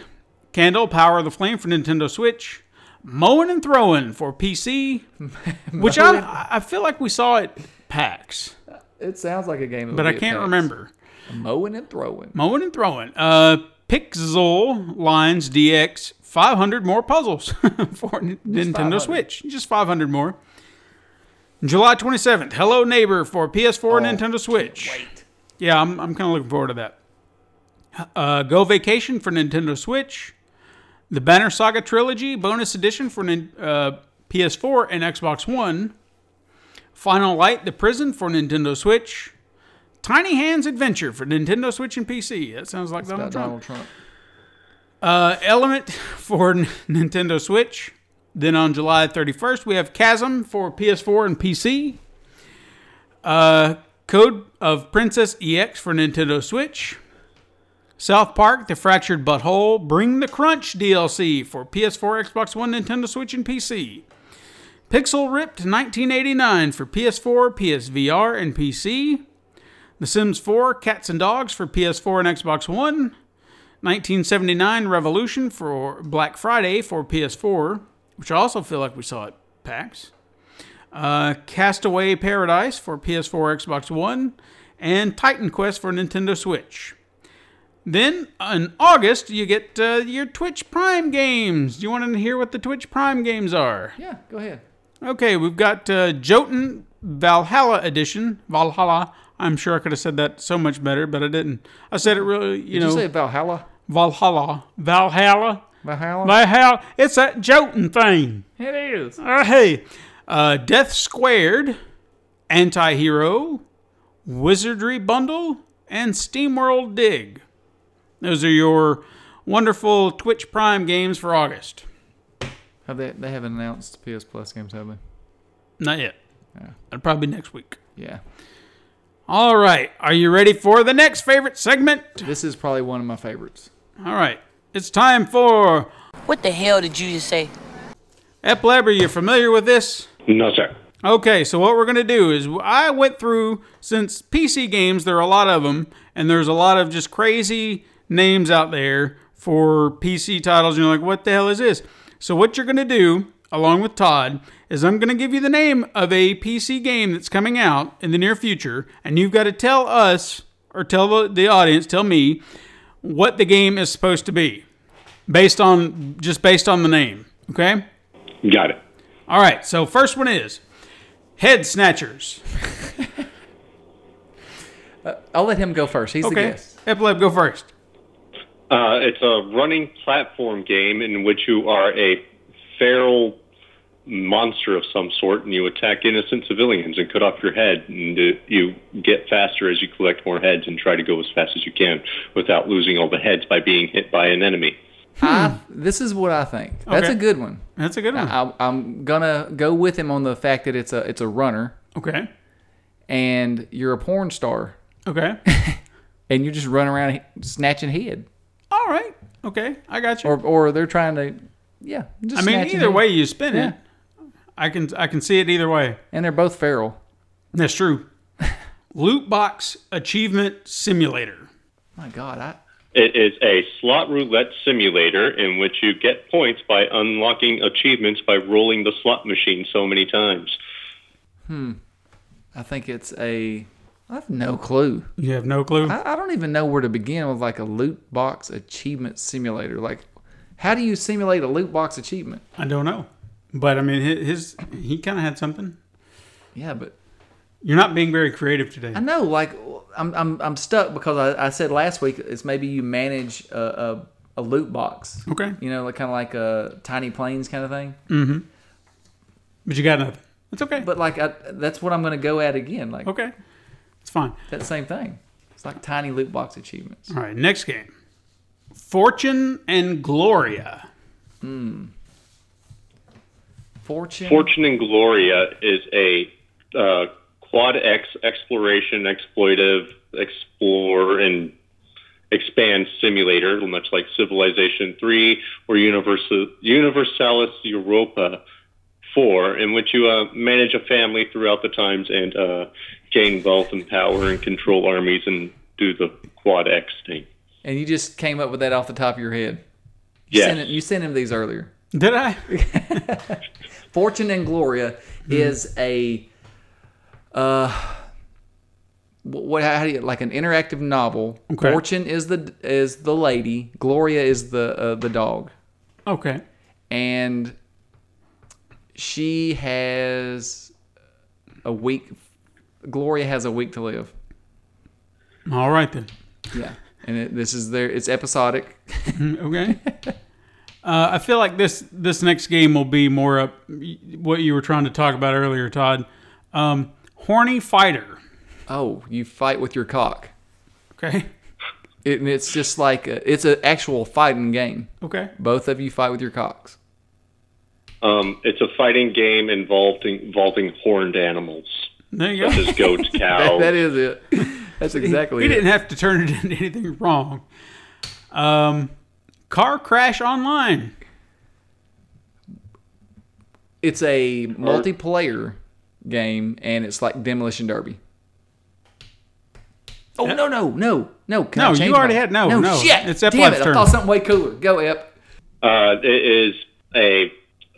A: Candle Power of the Flame for Nintendo Switch. Mowing and Throwing for PC, which I I feel like we saw at PAX,
B: It sounds like a game, that
A: but
B: would
A: I
B: be a
A: can't
B: pass.
A: remember. Mm-hmm.
B: Mowing and throwing.
A: Mowing and throwing. Uh, Pixel Lines DX 500 more puzzles for N- Nintendo
B: 500.
A: Switch. Just 500 more. July 27th, Hello Neighbor for PS4
B: Oh,
A: and Nintendo Switch. Yeah, I'm, I'm kind of looking forward to that. Uh, Go Vacation for Nintendo Switch. The Banner Saga Trilogy Bonus Edition for nin- uh, PS4 and Xbox One. Final Light The Prison for Nintendo Switch. Tiny Hands Adventure for Nintendo Switch and PC. That sounds like Donald
B: About
A: Trump.
B: Donald Trump.
A: Uh, Element for N- Nintendo Switch. Then on July 31st, we have Chasm for PS4 and PC. Uh, Code of Princess EX for Nintendo Switch. South Park, The Fractured Butthole, Bring the Crunch DLC for PS4, Xbox One, Nintendo Switch, and PC. Pixel Ripped 1989 for PS4, PSVR, and PC. The Sims 4 Cats and Dogs for PS4 and Xbox One. 1979 Revolution for Black Friday for PS4, which I also feel like we saw at PAX. Uh, Castaway Paradise for PS4, Xbox One, and Titan Quest for Nintendo Switch. Then in August, you get uh, your Twitch Prime games. Do you want to hear what the Twitch Prime games are?
B: Yeah, go ahead.
A: Okay, we've got uh, Jotun Valhalla Edition. Valhalla. I'm sure I could have said that so much better, but I didn't. I said it really, you
B: Did
A: know.
B: you say Valhalla?
A: Valhalla. Valhalla.
B: Valhalla?
A: Valhalla. It's that Jotun thing.
B: it is.
A: Uh, hey. Uh, Death Squared, Anti Hero, Wizardry Bundle, and SteamWorld Dig. Those are your wonderful Twitch Prime games for August.
B: Have they, they haven't announced PS Plus games, have they?
A: Not yet. That'll probably be next week.
B: Yeah.
A: All right. Are you ready for the next favorite segment?
B: This is probably one of my favorites.
A: All right. It's time for
F: What the hell did you just say?
A: Eplab. Are you familiar with this?
C: No, sir.
A: Okay, so what we're going to do is I went through since PC games, there are a lot of them, and there's a lot of just crazy names out there for PC titles. And you're like, what the hell is this? So, what you're going to do, along with Todd, is I'm going to give you the name of a PC game that's coming out in the near future, and you've got to tell us, or tell the, the audience, tell me, what the game is supposed to be based on just based on the name. Okay?
C: Got it.
A: All right, so first one is Head Snatchers.
B: I'll let him go first. He's the
A: Okay.
B: guest.
A: Epleb, go first.
C: Uh, it's a running platform game in which you are a feral monster of some sort and you attack innocent civilians and cut off your head and uh, you get faster as you collect more heads and try to go as fast as you can without losing all the heads by being hit by an enemy.
B: I, this is what I think. That's
A: Okay.
B: a good one.
A: That's a good one.
B: I, I'm gonna go with him on the fact that it's a it's a runner
A: Okay.
B: and you're a porn star
A: Okay.
B: and you're just running around he- snatching head
A: All right. Okay. I got you.
B: or or they're trying to yeah. Just
A: I mean,
B: snatching
A: either
B: head.
A: way you spin
B: Yeah.
A: it, I can I can see it either way.
B: and they're both feral.
A: That's true. Loot box achievement simulator.
B: My God, I
C: It is a slot roulette simulator in which you get points by unlocking achievements by rolling the slot machine so many times.
B: I think it's a I have no clue.
A: You have no clue.
B: I, I don't even know where to begin with like a loot box achievement simulator. Like, how do you simulate a loot box achievement?
A: I don't know, but I mean hi- his he kind of had something.
B: Yeah, but
A: You're not being very creative today.
B: I know, like, I'm I'm, I'm stuck because I, I said last week it's maybe you manage a, a, a loot box.
A: Okay.
B: You know, like, kind of like a tiny planes kind of thing.
A: But you got nothing. It's okay.
B: But like, I, that's what I'm going to go at again. Like
A: okay. It's fine.
B: that same thing. It's like tiny loot box achievements.
A: All right. Next game. Fortune and Gloria.
B: Fortune.
C: Fortune and Gloria is a uh, quad X exploration, exploitive, explore, and expand simulator, much like Civilization 3 or Universal, Universalis Europa 4, in which you uh, manage a family throughout the times and uh, gain wealth and power and control armies and do the quad X thing.
B: And you just came up with that off the top of your head. You
C: Yes.
B: sent him- you sent him these earlier.
A: Did I?
B: Fortune and Gloria is a uh wh- what how do you like an interactive novel.
A: Okay.
B: Fortune is the is the lady, Gloria is the uh, the dog.
A: Okay.
B: and she has a week. Gloria has a week to live.
A: All right then.
B: Yeah, and it, this is their. It's episodic.
A: Okay. Uh, I feel like this this next game will be more up what you were trying to talk about earlier, Todd. Um, horny fighter.
B: Oh, you fight with your cock.
A: Okay.
B: It, and it's just like a, it's an actual fighting game.
A: Okay.
B: Both of you fight with your cocks.
C: Um, it's a fighting game involving involving horned animals,
A: There you
C: such
A: go.
C: as goats, cows.
B: That is it. That's exactly
A: We
B: it.
A: didn't have to turn it into anything wrong. Um, car crash online.
B: It's a multiplayer game, and it's like Demolition Derby. Oh no no no no! Can I
A: No, you
B: change
A: already had- no,
B: no
A: no.
B: shit.
A: It's
B: Damn
A: Eppley's
B: it!
A: turn.
B: I thought something way cooler. Go Ep.
C: Uh, it is a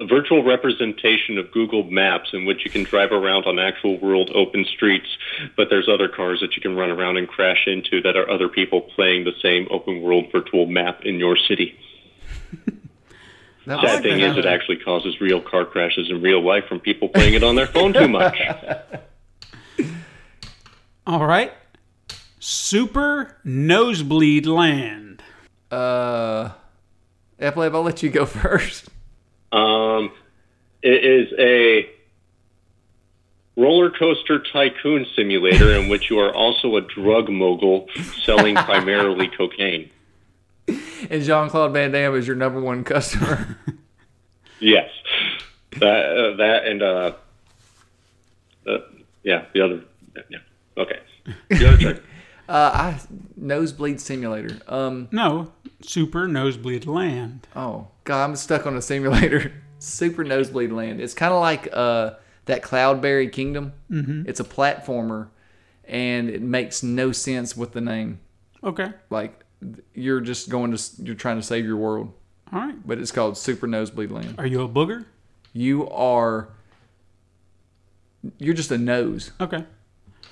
C: virtual representation of Google Maps in which you can drive around on actual world open streets, but there's other cars that you can run around and crash into that are other people playing the same open world virtual map in your city.
B: That
C: Sad thing is, it actually causes real car crashes in real life from people playing it on their phone too much.
A: All right. Super nosebleed land.
B: Uh, Eppley, I'll let you go first.
C: Um, it is a roller coaster tycoon simulator in which you are also a drug mogul selling primarily cocaine.
B: And Jean Claude Van Damme is your number one customer.
C: Yes, that uh, that and uh, uh, yeah, the other yeah, okay, the other trick.
B: uh, I nosebleed simulator. Um,
A: No, super nosebleed land.
B: oh god, I'm stuck on a simulator. Super nosebleed land. It's kind of like uh that Cloudberry Kingdom. Mm-hmm. It's a platformer, and it makes no sense with the name.
A: Okay.
B: Like th- you're just going to s- you're trying to save your world,
A: All right.
B: but it's called Super Nosebleed Land.
A: Are you a booger?
B: You are you're just a nose.
A: Okay.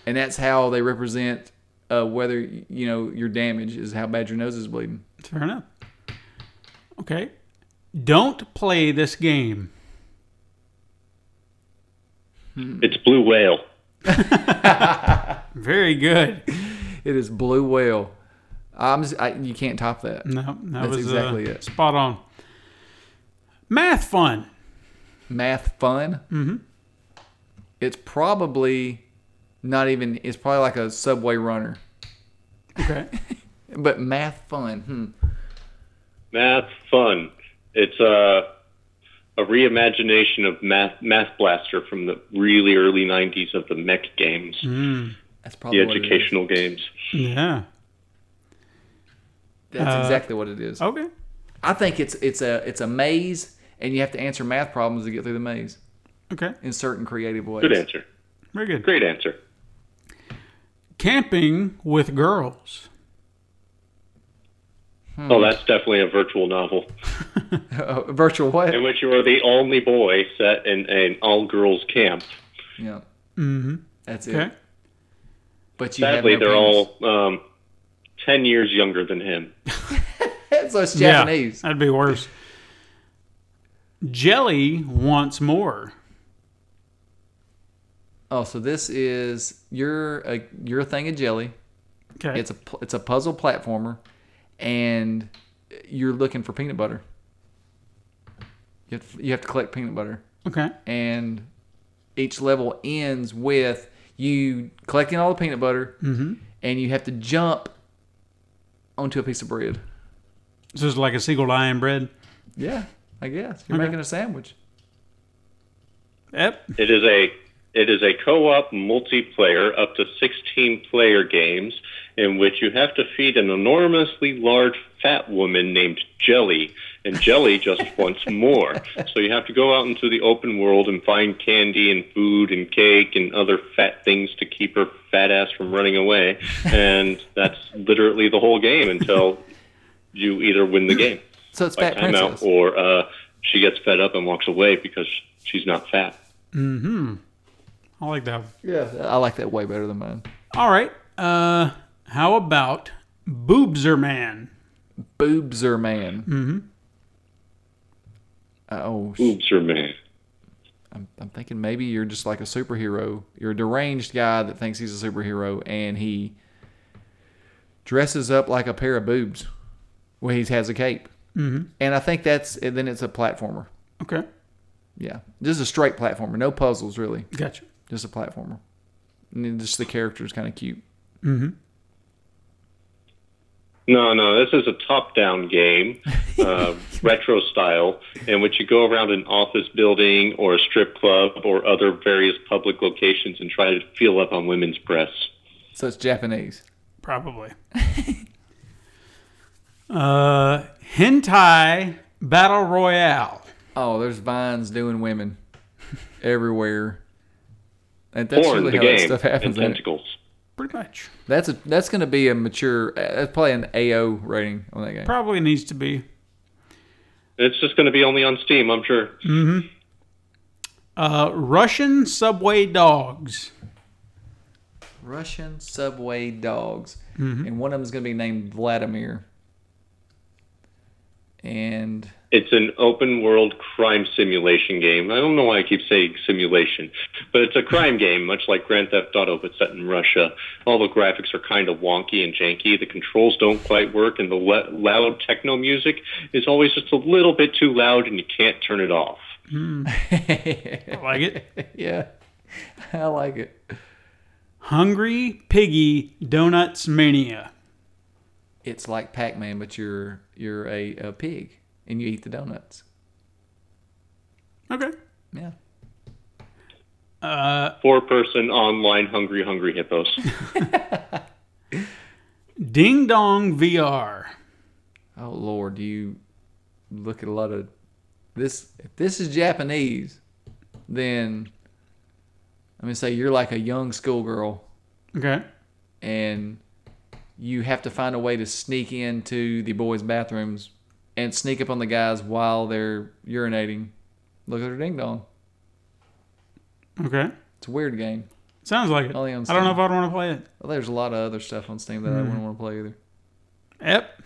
B: and that's how they represent uh, whether you know your damage is how bad your nose is bleeding.
A: Fair enough. Okay. Don't play this game.
C: It's blue whale.
A: Very good.
B: It is blue whale. I'm just, I, you can't top that.
A: No, that
B: That's
A: was
B: exactly
A: uh,
B: it.
A: Spot on. Math fun.
B: Math fun. Mm-hmm. It's probably not even. It's probably like a subway runner,
A: Okay.
B: but math fun. Hmm.
C: Math fun. It's a a reimagination of Math Math Blaster from the really early '90s of the mech games,
B: That's
C: the
B: probably what Hmm. it is.
C: educational games.
A: yeah.
B: That's exactly what it is.
A: Okay.
B: I think it's it's a it's a maze, and you have to answer math problems to get through the maze
A: Okay.
B: in certain creative ways.
C: Good answer.
A: Very good.
C: Great answer.
A: Camping with girls.
B: Hmm.
C: Oh, that's definitely a virtual novel
B: Uh, virtual what?
C: in which you are the only boy set in an all-girls camp.
B: Yeah. Mm-hmm. That's it.
A: Okay.
B: But you
C: Sadly,
B: have no
C: they're
B: penis.
C: all um, ten years younger than him.
B: so it's Japanese.
A: Yeah, that'd be worse. Jelly wants more.
B: Oh, so this is you're a you're a thing of jelly.
A: Okay.
B: It's a pl- it's a puzzle platformer, and you're looking for peanut butter. You have, to, you have to collect peanut butter,
A: okay.
B: and each level ends with you collecting all the peanut butter, and you have to jump onto a piece of bread.
A: This is like a seagull to iron bread.
B: Yeah, I guess you're
A: Okay.
B: making a sandwich.
A: Yep.
C: It is a it is a co-op multiplayer up to 16 player games in which you have to feed an enormously large fat woman named Jelly and Jelly just wants more. So you have to go out into the open world and find candy and food and cake and other fat things to keep her fat ass from running away and that's literally the whole game until you either win the game
B: So it's
C: by
B: Fat Princess.
C: timeout or uh, she gets fed up and walks away because she's not fat.
A: I like that one.
B: Yeah, I like that way better than mine.
A: All right. Uh, how about Boobser Man?
B: Mm-hmm. Boobser man. Oh, sh-
C: Boobs are man.
B: I'm, I'm thinking maybe you're just like a superhero. You're a deranged guy that thinks he's a superhero, and he dresses up like a pair of boobs when he has a cape. Mm-hmm. And I think that's and then it's a platformer.
A: Okay.
B: Yeah, just a straight platformer. No puzzles really.
A: Gotcha.
B: Just a platformer. And then just the character is kind of cute.
C: No, no, this is a top-down game, uh, retro style, in which you go around an office building or a strip club or other various public locations and try to feel up on women's breasts.
B: So it's Japanese.
A: Probably. uh, hentai battle royale.
B: Oh, there's vines doing women everywhere. And that's
C: Porn,
B: really how
C: the
B: that
C: game,
B: stuff
C: and
B: happens. ain't it?
C: tentacles.
A: Pretty much.
B: That's a that's going to be a mature. uh, That's probably an AO rating on that game.
A: Probably needs to be.
C: It's just going to be only on Steam, I'm sure.
A: Uh, Russian subway dogs.
B: Russian subway dogs, and one of them is going to be named Vladimir. And
C: It's an open world crime simulation game. I don't know why I keep saying simulation, but it's a crime game, much like Grand Theft Auto, but set in Russia. All the graphics are kind of wonky and janky. The controls don't quite work, and the le- loud techno music is always just a little bit too loud, and you can't turn it off.
A: I like it.
B: yeah, I like it.
A: Hungry Piggy Donuts Mania.
B: It's like Pac-Man, but you're you're a, a pig and you eat the donuts.
A: Okay.
B: Yeah,
C: Four person online hungry, hungry hippos.
A: Ding Dong VR.
B: Oh Lord, you look at a lot of this. If this is Japanese, then I'm gonna say you're like a young schoolgirl,
A: Okay.
B: and you have to find a way to sneak into the boys' bathrooms and sneak up on the guys while they're urinating. Look at her ding dong.
A: Okay.
B: It's a weird game.
A: Sounds like it.
B: Only on
A: I don't know
B: Steam.
A: if I'd want to play it.
B: Well, there's a lot of other stuff on Steam that I wouldn't want to play either.
A: Yep.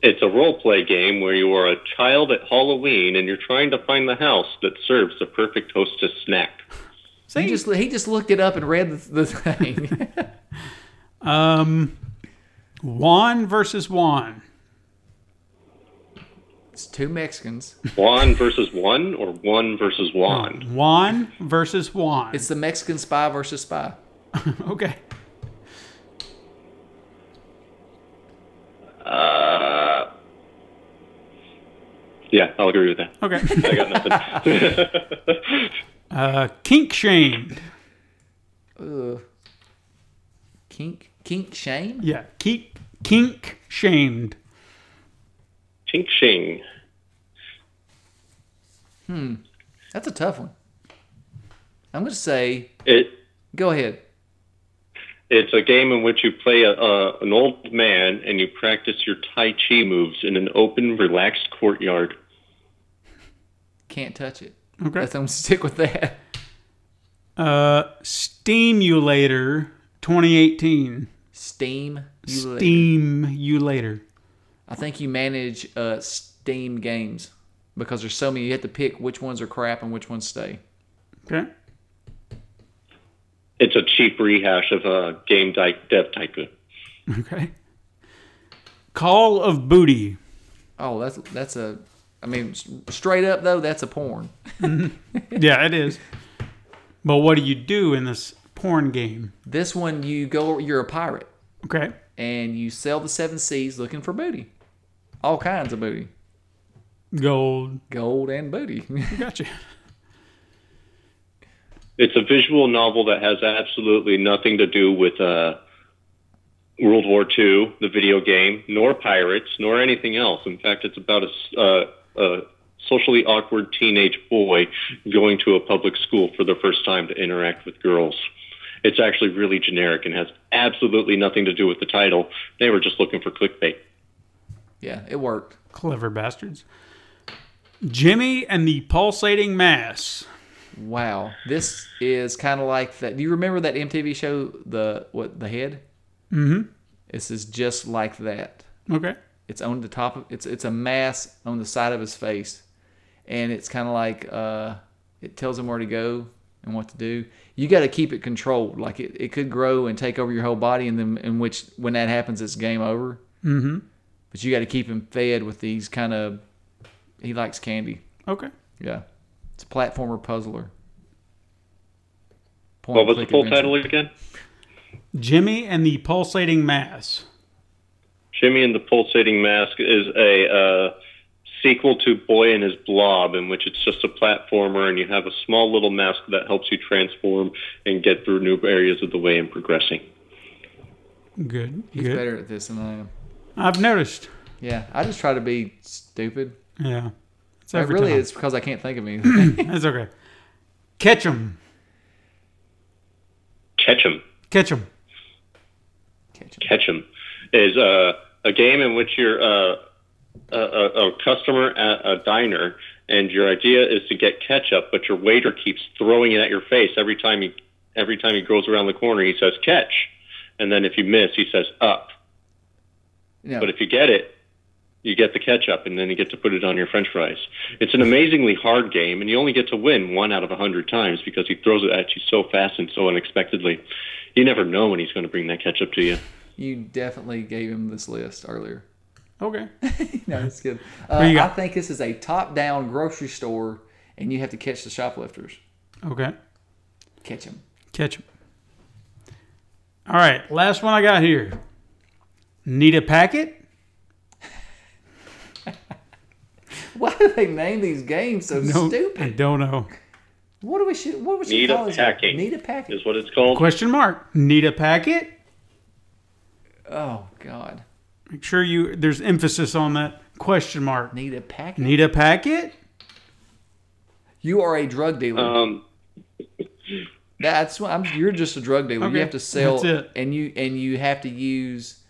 C: It's a role play game where you are a child at Halloween and you're trying to find the house that serves the perfect hostess snack.
B: He just he just looked it up and read the, the thing.
A: Um, Juan versus Juan.
B: it's two Mexicans.
C: Juan versus one or one versus Juan?
A: Juan versus Juan.
B: It's the Mexican spy versus spy.
A: okay.
C: Yeah, I'll agree with that.
A: Okay.
C: I got nothing.
A: Uh, kink shamed.
B: Kink kink shame.
A: Yeah. Kink kink shamed.
C: Chink Shing.
B: That's a tough one. I'm going to say,
C: It
B: go ahead.
C: it's a game in which you play a, a an old man and you practice your Tai Chi moves in an open, relaxed courtyard.
B: Can't touch it.
A: Okay.
B: That's, I'm going to stick with that.
A: Uh, Steamulator 2018.
B: Steam. You later.
A: Steamulator.
B: I think you manage uh, Steam games because there's so many. You have to pick which ones are crap and which ones stay.
A: Okay.
C: It's a cheap rehash of a game di- dev tycoon.
A: Okay. Call of Booty.
B: Oh, that's that's a. I mean, s- straight up though, that's a porn.
A: Yeah, it is. But what do you do in this porn game?
B: This one, you go. You're a pirate
A: Okay.
B: and you sail the seven seas looking for booty, all kinds of booty,
A: Gold.
B: gold and booty.
A: Gotcha.
C: It's a visual novel that has absolutely nothing to do with uh, World War II, the video game, nor pirates, nor anything else. In fact, it's about a, s- uh, a socially awkward teenage boy going to a public school for the first time to interact with girls. It's actually really generic and has absolutely nothing to do with the title. They were just looking for clickbait.
B: yeah, it worked.
A: Clever bastards. Jimmy and the Pulsating Mass.
B: Wow, this is kind of like that. Do you remember that MTV show, the what, the head? Mm-hmm. This is just like that.
A: Okay.
B: It's on the top of it's it's a mass on the side of his face, and it's kind of like uh, it tells them where to go and what to do. You got to keep it controlled. Like it, it could grow and take over your whole body, and then in which when that happens, it's game over. Mm-hmm. But you got to keep him fed with these kind of. He likes candy.
A: Okay.
B: Yeah, it's a platformer puzzler. Point
C: What was the
B: click
C: full
B: adventure.
C: title again?
A: Jimmy and the Pulsating Mass.
C: Jimmy and the Pulsating Mask is a uh, sequel to Boy and His Blob, in which it's just a platformer and you have a small little mask that helps you transform and get through new areas of the way and progressing.
A: Good.
B: He's
A: good.
B: better at this than I am.
A: I've noticed.
B: Yeah, I just try to be stupid.
A: Yeah. It's
B: It
A: every
B: really
A: time.
B: it's because I can't think of anything.
A: That's okay. Catch 'em.
C: Catch 'em.
A: Catch 'em.
C: Catch 'em is uh, a game in which you're uh, a, a, a customer at a diner, and your idea is to get ketchup, but your waiter keeps throwing it at your face every time he every time he goes around the corner. He says catch, and then if you miss, he says up.
B: No.
C: But if you get it, you get the ketchup, and then you get to put it on your French fries. It's an amazingly hard game, and you only get to win one out of a hundred times because he throws it at you so fast and so unexpectedly. You never know when he's going to bring that ketchup to you.
B: you definitely gave him this list earlier.
A: Okay.
B: No, it's good.
A: you
B: Uh, I
A: got?
B: think this is a top-down grocery store, and you have to catch the shoplifters.
A: Okay.
B: Catch them.
A: Catch 'em. All right. Last one I got here. Need a packet?
B: Why do they name these games so
A: I
B: stupid?
A: don't know.
B: What do we should? What we should
C: Need a
B: call this?
C: packet.
B: Need a packet.
C: Is what it's called.
A: Question mark. Need a packet?
B: Oh God.
A: Make sure you there's emphasis on that question mark.
B: Need a packet.
A: Need a packet?
B: you are a drug dealer.
C: Um,
B: That's what I'm. You're just a drug dealer.
A: Okay,
B: You have to sell,
A: that's it.
B: and you and you have to use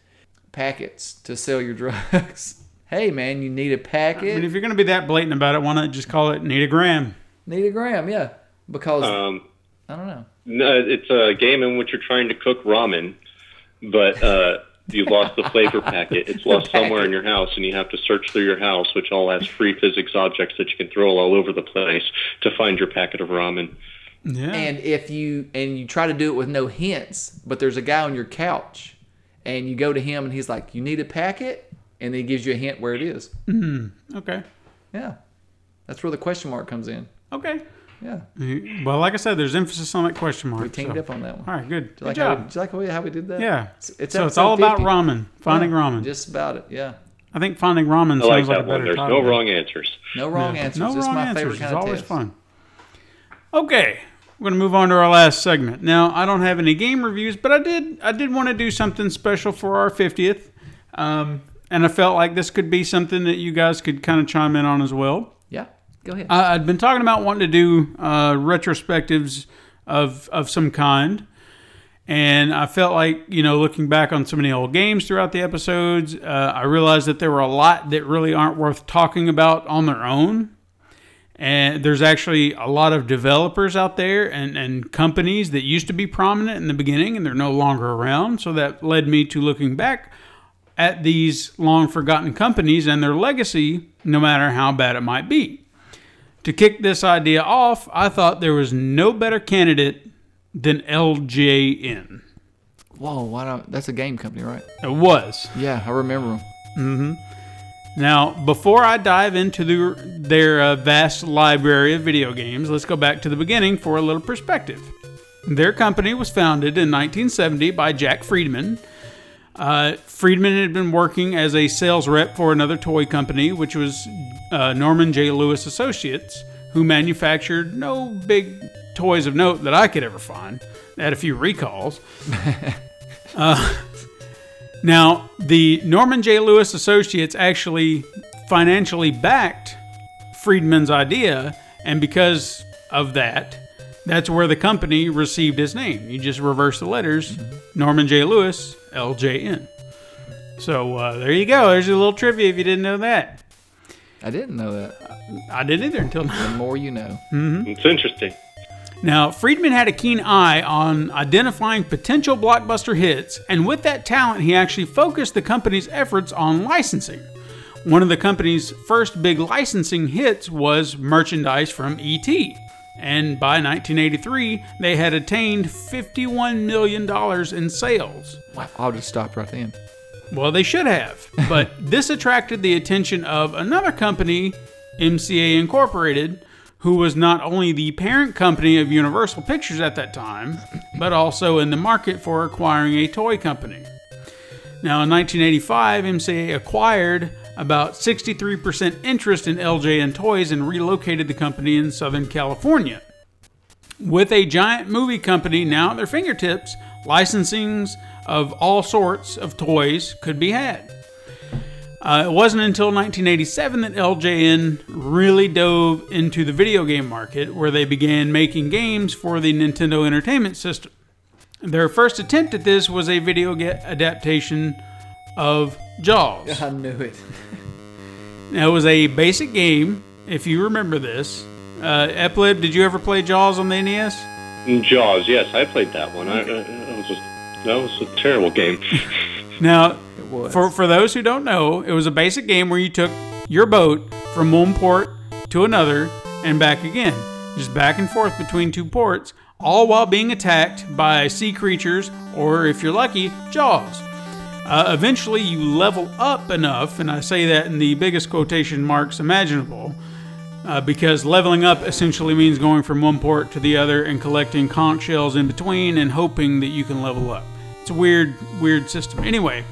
B: packets to sell your drugs. hey man, you need a
A: I
B: packet.
A: mean, if you're gonna be that blatant about it, why not just call it need a gram?
B: need a gram, yeah. Because
C: um,
B: I don't know.
C: no, it's a game in which you're trying to cook ramen, but uh, you lost the flavor packet. It's lost somewhere in your house, and you have to search through your house, which all has free physics objects that you can throw all over the place to find your packet of ramen.
A: Yeah.
B: And if you and you try to do it with no hints, but there's a guy on your couch, and you go to him and he's like, "You need a packet," and he gives you a hint where it is.
A: Hmm. okay.
B: Yeah, that's where the question mark comes in.
A: Okay.
B: Yeah,
A: Well, like I said, there's emphasis on that question mark.
B: we teamed
A: so-
B: up on that one.
A: All right, good.
B: Do
A: Good
B: you like how,
A: job.
B: do you like how we, how we did that?
A: yeah.
B: it's
A: so it's
B: episode
A: all about
B: 50.
A: ramen, finding
B: Yeah,
A: ramen.
B: Just about it. Yeah.
A: I think finding ramen
C: I like
A: sounds like
C: that
A: a
C: one.
A: better
C: There's
A: title.
C: no wrong answers.
B: No wrong answers.
A: No
B: it's
A: wrong
B: my
A: answers.
B: favorite kind
A: it's
B: of
A: always
B: test.
A: fun. Okay, we're gonna move on to our last segment. Now, I don't have any game reviews, but I did I did want to do something special for our fiftieth, um, and I felt like this could be something that you guys could kind of chime in on as well.
B: Yeah. Go ahead.
A: I, Uh, I'd been talking about wanting to do uh, retrospectives of of some kind, and I felt like you know looking back on so many old games throughout the episodes, uh, I realized that there were a lot that really aren't worth talking about on their own. And there's actually a lot of developers out there and, and companies that used to be prominent in the beginning and they're no longer around. So that led me to looking back at these long forgotten companies and their legacy, no matter how bad it might be. To kick this idea off, I thought there was no better candidate than LJN.
B: Whoa, why don't? That's a game company, right?
A: It was.
B: Yeah, I remember them.
A: Now, before I dive into the, their uh, vast library of video games, let's go back to the beginning for a little perspective. Their company was founded in 1970 by Jack Friedman. Uh, Friedman had been working as a sales rep for another toy company, which was uh, Norman J. Lewis Associates, who manufactured no big toys of note that I could ever find. They had a few recalls. Now, the Norman J. Lewis Associates actually financially backed Friedman's idea, and because of that, that's where the company received its name. You just reverse the letters Norman J. Lewis, LJN. So uh, there you go. There's a little trivia if you didn't know that.
B: I didn't know that.
A: I didn't either until now.
B: The more you know.
A: Hmm.
C: It's interesting.
A: Now, Friedman had a keen eye on identifying potential blockbuster hits, and with that talent, he actually focused the company's efforts on licensing. One of the company's first big licensing hits was merchandise from E.T. And by 1983, they had attained $51 million in sales.
B: Wow, I'll just stop right then.
A: Well, they should have. But this attracted the attention of another company, MCA Incorporated, who was not only the parent company of Universal Pictures at that time, but also in the market for acquiring a toy company. Now, in 1985, MCA acquired about 63% interest in LJ and Toys and relocated the company in Southern California. With a giant movie company now at their fingertips, licensings of all sorts of toys could be had. Uh, it wasn't until 1987 that LJN really dove into the video game market, where they began making games for the Nintendo Entertainment System. Their first attempt at this was a video ga- adaptation of Jaws.
B: I knew it.
A: Now, it was a basic game, if you remember this. Uh, Eplib, did you ever play Jaws on the E NES?
C: Jaws, yes, I played that one. I, I, I was just, that was a terrible game.
A: Now,
B: was.
A: for for those who don't know, it was a basic game where you took your boat from one port to another and back again, just back and forth between two ports, all while being attacked by sea creatures or, if you're lucky, jaws. Uh, eventually, you level up enough, and I say that in the biggest quotation marks imaginable, uh, because leveling up essentially means going from one port to the other and collecting conch shells in between and hoping that you can level up. It's a weird, weird system. Anyway,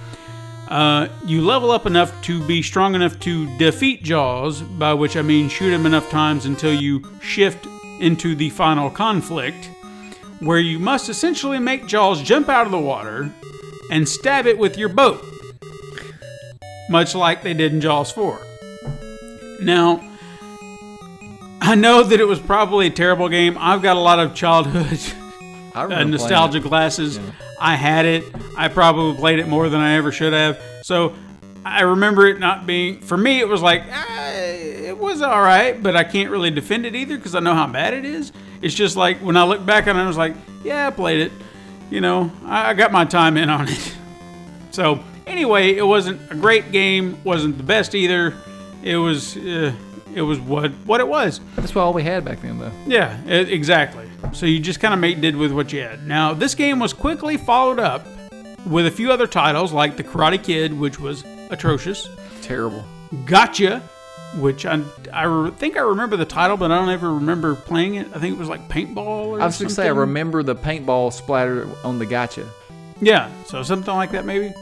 A: uh, you level up enough to be strong enough to defeat Jaws, by which I mean shoot him enough times until you shift into the final conflict, where you must essentially make Jaws jump out of the water and stab it with your boat, much like they did in Jaws 4. Now, I know that it was probably a terrible game. I've got a lot of childhood uh,
B: I remember
A: nostalgia
B: playing
A: glasses. I had it. I probably played it more than I ever should have. So I remember it not being for me. It was like ah, it was all right, but I can't really defend it either because I know how bad it is. It's just like when I look back on it, I was like, yeah, I played it. You know, I, I got my time in on it. So anyway, it wasn't a great game. wasn't the best either. It was. Uh, it was what what it was.
B: it. That's all we had back then, though.
A: Yeah, e- exactly. So you just kind of made did with what you had. Now, this game was quickly followed up with a few other titles like The Karate Kid, which was atrocious,
B: Terrible.
A: Gotcha, which I, I re- think I remember the title, but I don't ever remember playing it. I think it was like Paintball or
B: I was going to say, I
A: something.
B: remember the paintball splatter on the gotcha.
A: Yeah, so something like that maybe.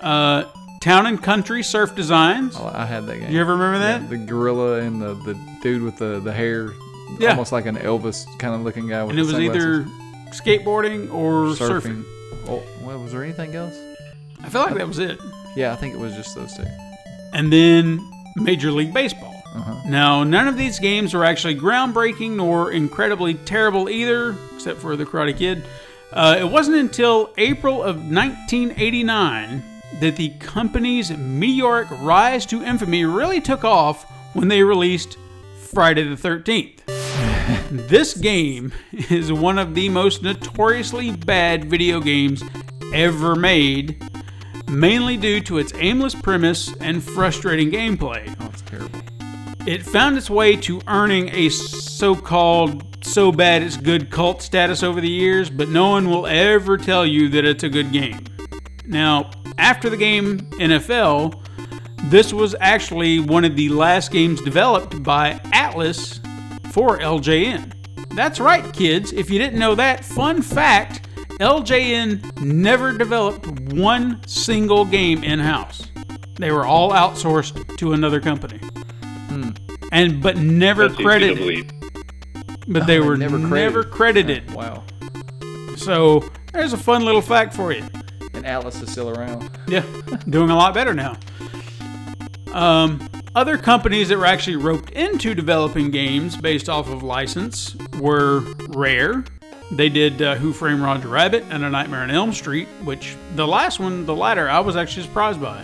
A: Uh, Town and Country Surf Designs.
B: Oh, I had that game.
A: You ever remember
B: Yeah,
A: that?
B: the gorilla and the, the dude with the, the hair,
A: Yeah.
B: almost like an Elvis kind of looking guy. With
A: and it was
B: the
A: either skateboarding or
B: sunglasses.
A: surfing.
B: Oh, well, was there anything else?
A: I feel like that was it.
B: Yeah, I think it was just those two.
A: and then Major League Baseball. Now, none of these games were actually groundbreaking nor incredibly terrible either, except for The Karate Kid. Uh, it wasn't until April of 1989 that the company's meteoric rise to infamy really took off when they released Friday the 13th. this game is one of the most notoriously bad video games ever made mainly due to its aimless premise and frustrating gameplay.
B: Oh, it's terrible.
A: It found its way to earning a so called so bad it's good cult status over the years, but no one will ever tell you that it's a good game. Now, after the game NFL, this was actually one of the last games developed by Atlas for LJN. That's right, kids. If you didn't know that, fun fact LJN never developed one single game in house. They were all outsourced to another company. And but never
C: Hmm. That's easy to
A: credited.
C: believe.
A: But they were
B: never
A: never
B: credited.
A: credited.
B: Wow.
A: So there's a fun little fact for you.
B: And Atlas is still around.
A: Yeah, doing a lot better now. Um, other companies that were actually roped into developing games based off of license were Rare. They did uh, Who Framed Roger Rabbit and A Nightmare on Elm Street, which the last one, the latter, I was actually surprised by.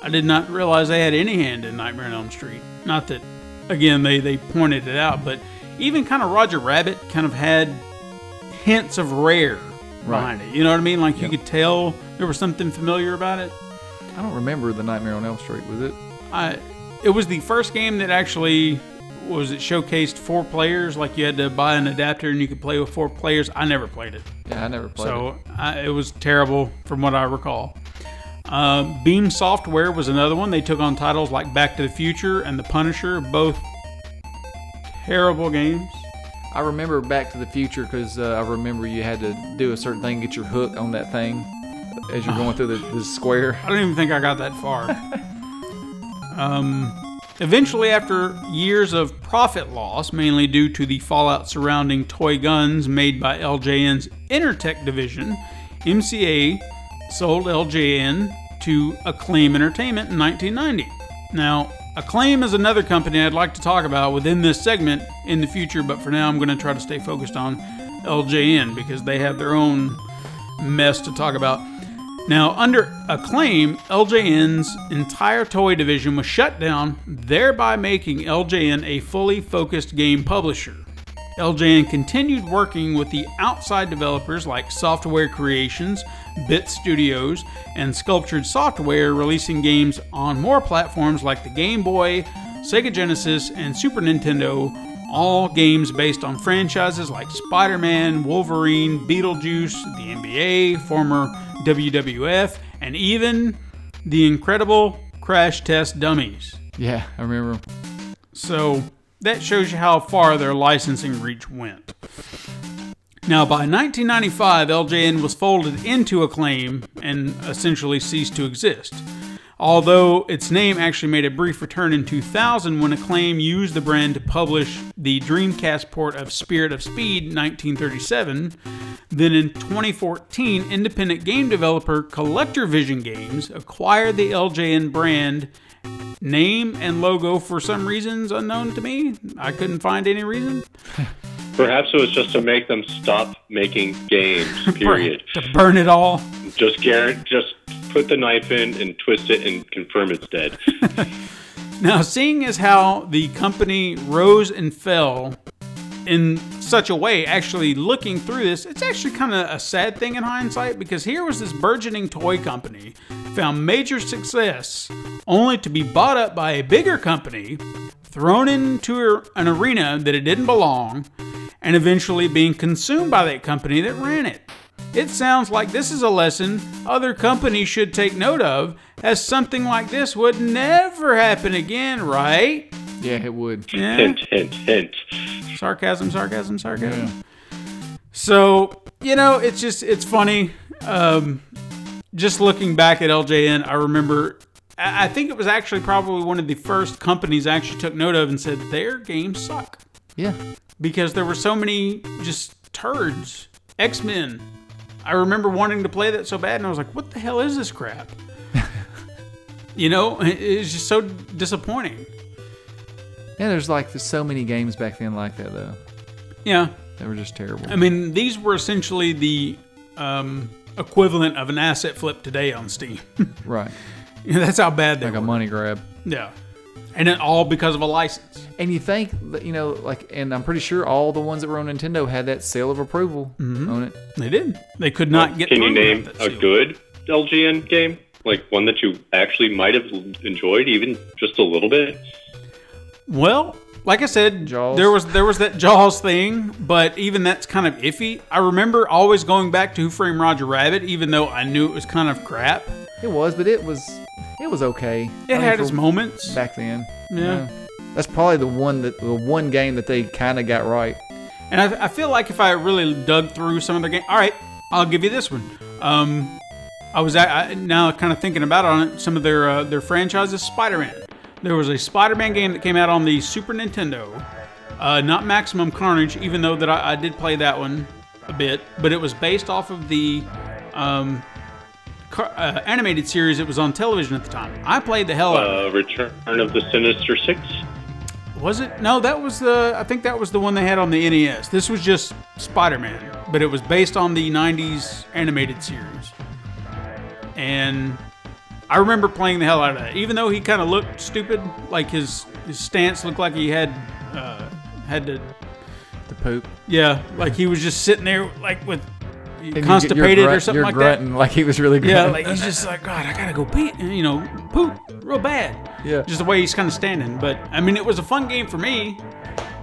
A: I did not realize they had any hand in Nightmare on Elm Street. Not that, again, they, they pointed it out, but even kind of Roger Rabbit kind of had hints of Rare behind it. You know what I mean? Like you could tell there was something familiar about it.
B: I don't remember the Nightmare on Elm Street. Was it?
A: I, it was the first game that actually was it showcased four players. Like you had to buy an adapter and you could play with four players. I never played it,
B: Yeah, I never played. it.
A: so I, it was terrible from what I recall. Uh, Beam Software was another one. They took on titles like Back to the Future and The Punisher, both terrible games.
B: I remember Back to the Future because uh, I remember you had to do a certain thing, get your hook on that thing as you're going through the, the square.
A: I don't even think I got that far. um, eventually, after years of profit loss, mainly due to the fallout surrounding toy guns made by LJN's Intertech division, MCA sold LJN to Acclaim Entertainment in 1990. Now, Acclaim is another company I'd like to talk about within this segment in the future, but for now, I'm going to try to stay focused on LJN because they have their own mess to talk about. Now, under acclaim, LJN's entire toy division was shut down, thereby making LJN a fully focused game publisher. LJN continued working with the outside developers like Software Creations, Bit Studios, and Sculptured Software, releasing games on more platforms like the Game Boy, Sega Genesis, and Super Nintendo, all games based on franchises like Spider Man, Wolverine, Beetlejuice, the NBA, former WWF, and even the incredible Crash Test Dummies.
B: Yeah, I remember.
A: So that shows you how far their licensing reach went. Now, by 1995, LJN was folded into Acclaim and essentially ceased to exist. Although its name actually made a brief return in 2000 when Acclaim used the brand to publish the Dreamcast port of Spirit of Speed 1937, then in 2014, independent game developer Collector Vision Games acquired the LJN brand name and logo for some reasons unknown to me. I couldn't find any reason.
C: Perhaps it was just to make them stop making games. Period.
A: To burn it all.
C: just Garrett, just put the knife in and twist it and confirm it's dead.
A: Now, seeing as how the company rose and fell in such a way, actually looking through this, it's actually kind of a sad thing in hindsight because here was this burgeoning toy company, found major success, only to be bought up by a bigger company, thrown into an arena that it didn't belong, and eventually being consumed by that company that ran it. It sounds like this is a lesson other companies should take note of, as something like this would never happen again, right?
B: Yeah, it would.
A: Yeah.
C: hint, hint, hint.
A: Sarcasm, sarcasm, sarcasm. So, you know, it's just, it's funny. Um, just looking back at LJN, I remember, I I think it was actually probably one of the first companies I actually took note of and said, their games suck.
B: Yeah.
A: because there were so many just turds. X Men. I remember wanting to play that so bad, and I was like, "What the hell is this crap?" you know, it- it's just so disappointing.
B: Yeah, there's like there's so many games back then like that though.
A: Yeah,
B: They were just terrible.
A: I mean, these were essentially the um, equivalent of an asset flip today on Steam.
B: Right.
A: You know, That's how bad they
B: Like a
A: were.
B: money grab.
A: Yeah, and it all because of a license.
B: And you think that, you know, like and I'm pretty sure all the ones that were on Nintendo had that seal of approval
A: Mm-hmm.
B: on it.
A: They did. They could not get.
C: Can you
A: through without
C: name
A: that
C: a
A: seal.
C: good LGN game? Like one that you actually might have enjoyed, even just a little bit?
A: Well, like I said,
B: Jaws.
A: there was there was that Jaws thing, but even that's kind of iffy. I remember always going back to Who Framed Roger Rabbit, even though I knew it was kind of crap.
B: It was, but it was it was okay.
A: It had
B: for
A: its moments.
B: back then.
A: Yeah.
B: That's probably the one that the one game that they kind of got right.
A: And I, I feel like if I really dug through some of the game, all right, I'll give you this one. Um, I was at, I, now kind of thinking about on it, some of their uh, their franchises. Spider-Man. There was a Spider-Man game that came out on the Super Nintendo, uh, not Maximum Carnage, even though that I, I did play that one a bit, but it was based off of the um, car, uh, animated series that was on television at the time. I played the hell out of it.
C: Uh, Return of the Sinister Six?
A: Was it? No, that was the. I think that was the one they had on the NES. This was just Spider Man, but it was based on the 90s animated series. And I remember playing the hell out of that. Even though he kind of looked stupid, like his, his stance looked like he had uh, had to.
B: The poop.
A: Yeah, like he was just sitting there, like with
B: And you get- you're
A: constipated or
B: grunt-
A: something
B: you're
A: like that.
B: grunting like he was really
A: Yeah,
B: grunting.
A: like he's just like, God, I gotta go pee, and, you know, poop real bad.
B: Yeah.
A: Just the way he's kind of standing. But, I mean, it was a fun game for me.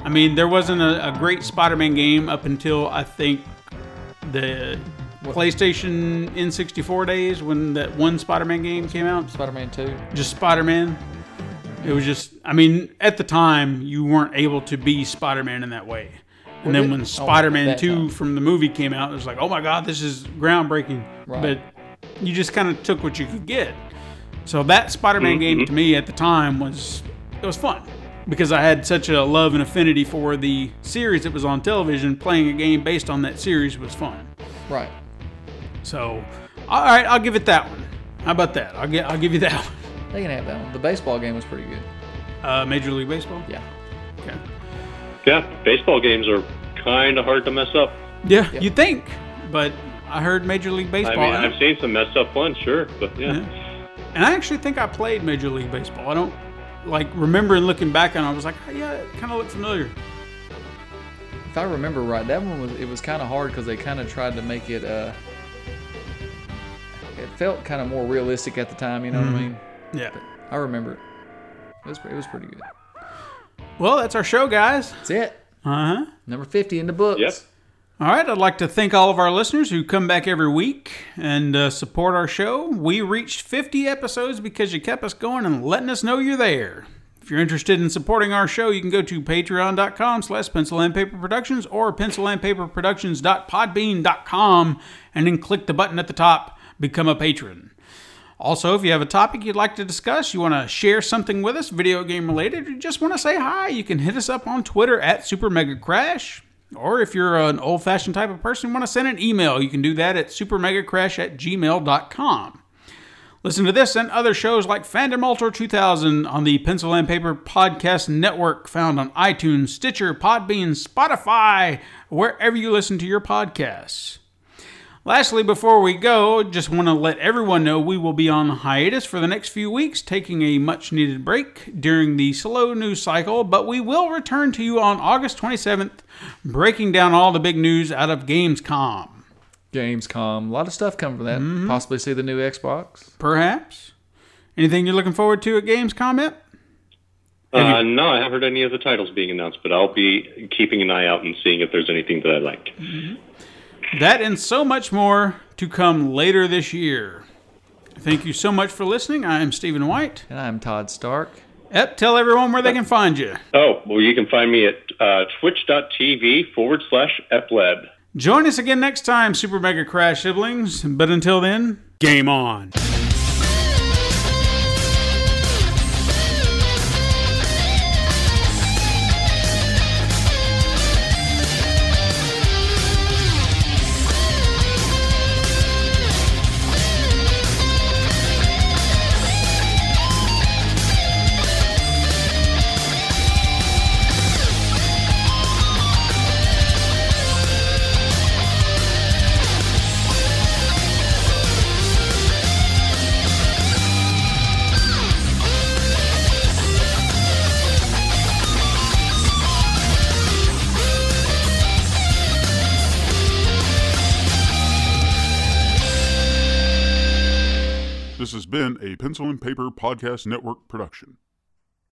A: I mean, there wasn't a, a great Spider Man game up until I think the PlayStation N64 days when that one Spider Man game came out.
B: Spider-Man 2.
A: Just Spider Man. It was just, I mean, at the time, you weren't able to be Spider Man in that way. And then
B: did-
A: when
B: oh,
A: Spider Man
B: that
A: 2
B: time.
A: from the movie came out, it was like, oh my God, this is groundbreaking.
B: Right.
A: But you just kind of took what you could get. So that Spider Man game to me at the time was, it was fun because I had such a love and affinity for the series that was on television. Playing a game based on that series was fun.
B: Right.
A: So, all right, I'll give it that one. How about that? I'll, get, I'll give you that one.
B: They can have that one. The baseball game was pretty good.
A: Uh, Major League Baseball?
B: Yeah.
A: Okay.
C: Yeah, baseball games are kind of hard to mess up.
A: Yeah, you think, but I heard Major League
C: I
A: Baseball,
C: mean, I've seen some messed up ones, sure, but yeah.
A: and I actually think I played Major League Baseball. I don't like remembering looking back on. it, I was like, "Oh, yeah, it kind of looked familiar.
B: If I remember right, that one was it was kind of hard because they kind of tried to make it. uh It felt kind of more realistic at the time. You know
A: Mm-hmm.
B: what I mean?
A: Yeah.
B: I remember it. It was, pre- it was pretty good.
A: Well, that's our show, guys.
B: That's it.
A: Uh huh.
B: Number 50 in the books.
C: Yep.
A: All right, I'd like to thank all of our listeners who come back every week and uh, support our show. We reached 50 episodes because you kept us going and letting us know you're there. If you're interested in supporting our show, you can go to patreon.com slash pencil and paper productions or pencil and paper productions.podbean.com and then click the button at the top, become a patron. Also, if you have a topic you'd like to discuss, you want to share something with us, video game related, or you just want to say hi, you can hit us up on Twitter at Super Mega Crash. Or if you're an old fashioned type of person, want to send an email, you can do that at supermegacrash at gmail.com. Listen to this and other shows like Fandom Ultra 2000 on the Pencil and Paper Podcast Network, found on iTunes, Stitcher, Podbean, Spotify, wherever you listen to your podcasts. Lastly, before we go, just want to let everyone know we will be on hiatus for the next few weeks, taking a much needed break during the slow news cycle, but we will return to you on August 27th, breaking down all the big news out of Gamescom.
B: Gamescom. A lot of stuff coming from that.
A: Mm-hmm.
B: Possibly see the new Xbox.
A: Perhaps? Anything you're looking forward to at Gamescom? Ep?
C: Uh, no, I haven't heard any of the titles being announced, but I'll be keeping an eye out and seeing if there's anything that I like.
A: That and so much more to come later this year. Thank you so much for listening. I am Stephen White.
B: And I'm Todd Stark.
A: Ep, tell everyone where they can find you.
C: Oh, well, you can find me at uh, twitch.tv forward slash E epleb.
A: Join us again next time, Super Mega Crash siblings. But until then, game on.
G: This has been a Pencil and Paper Podcast Network production.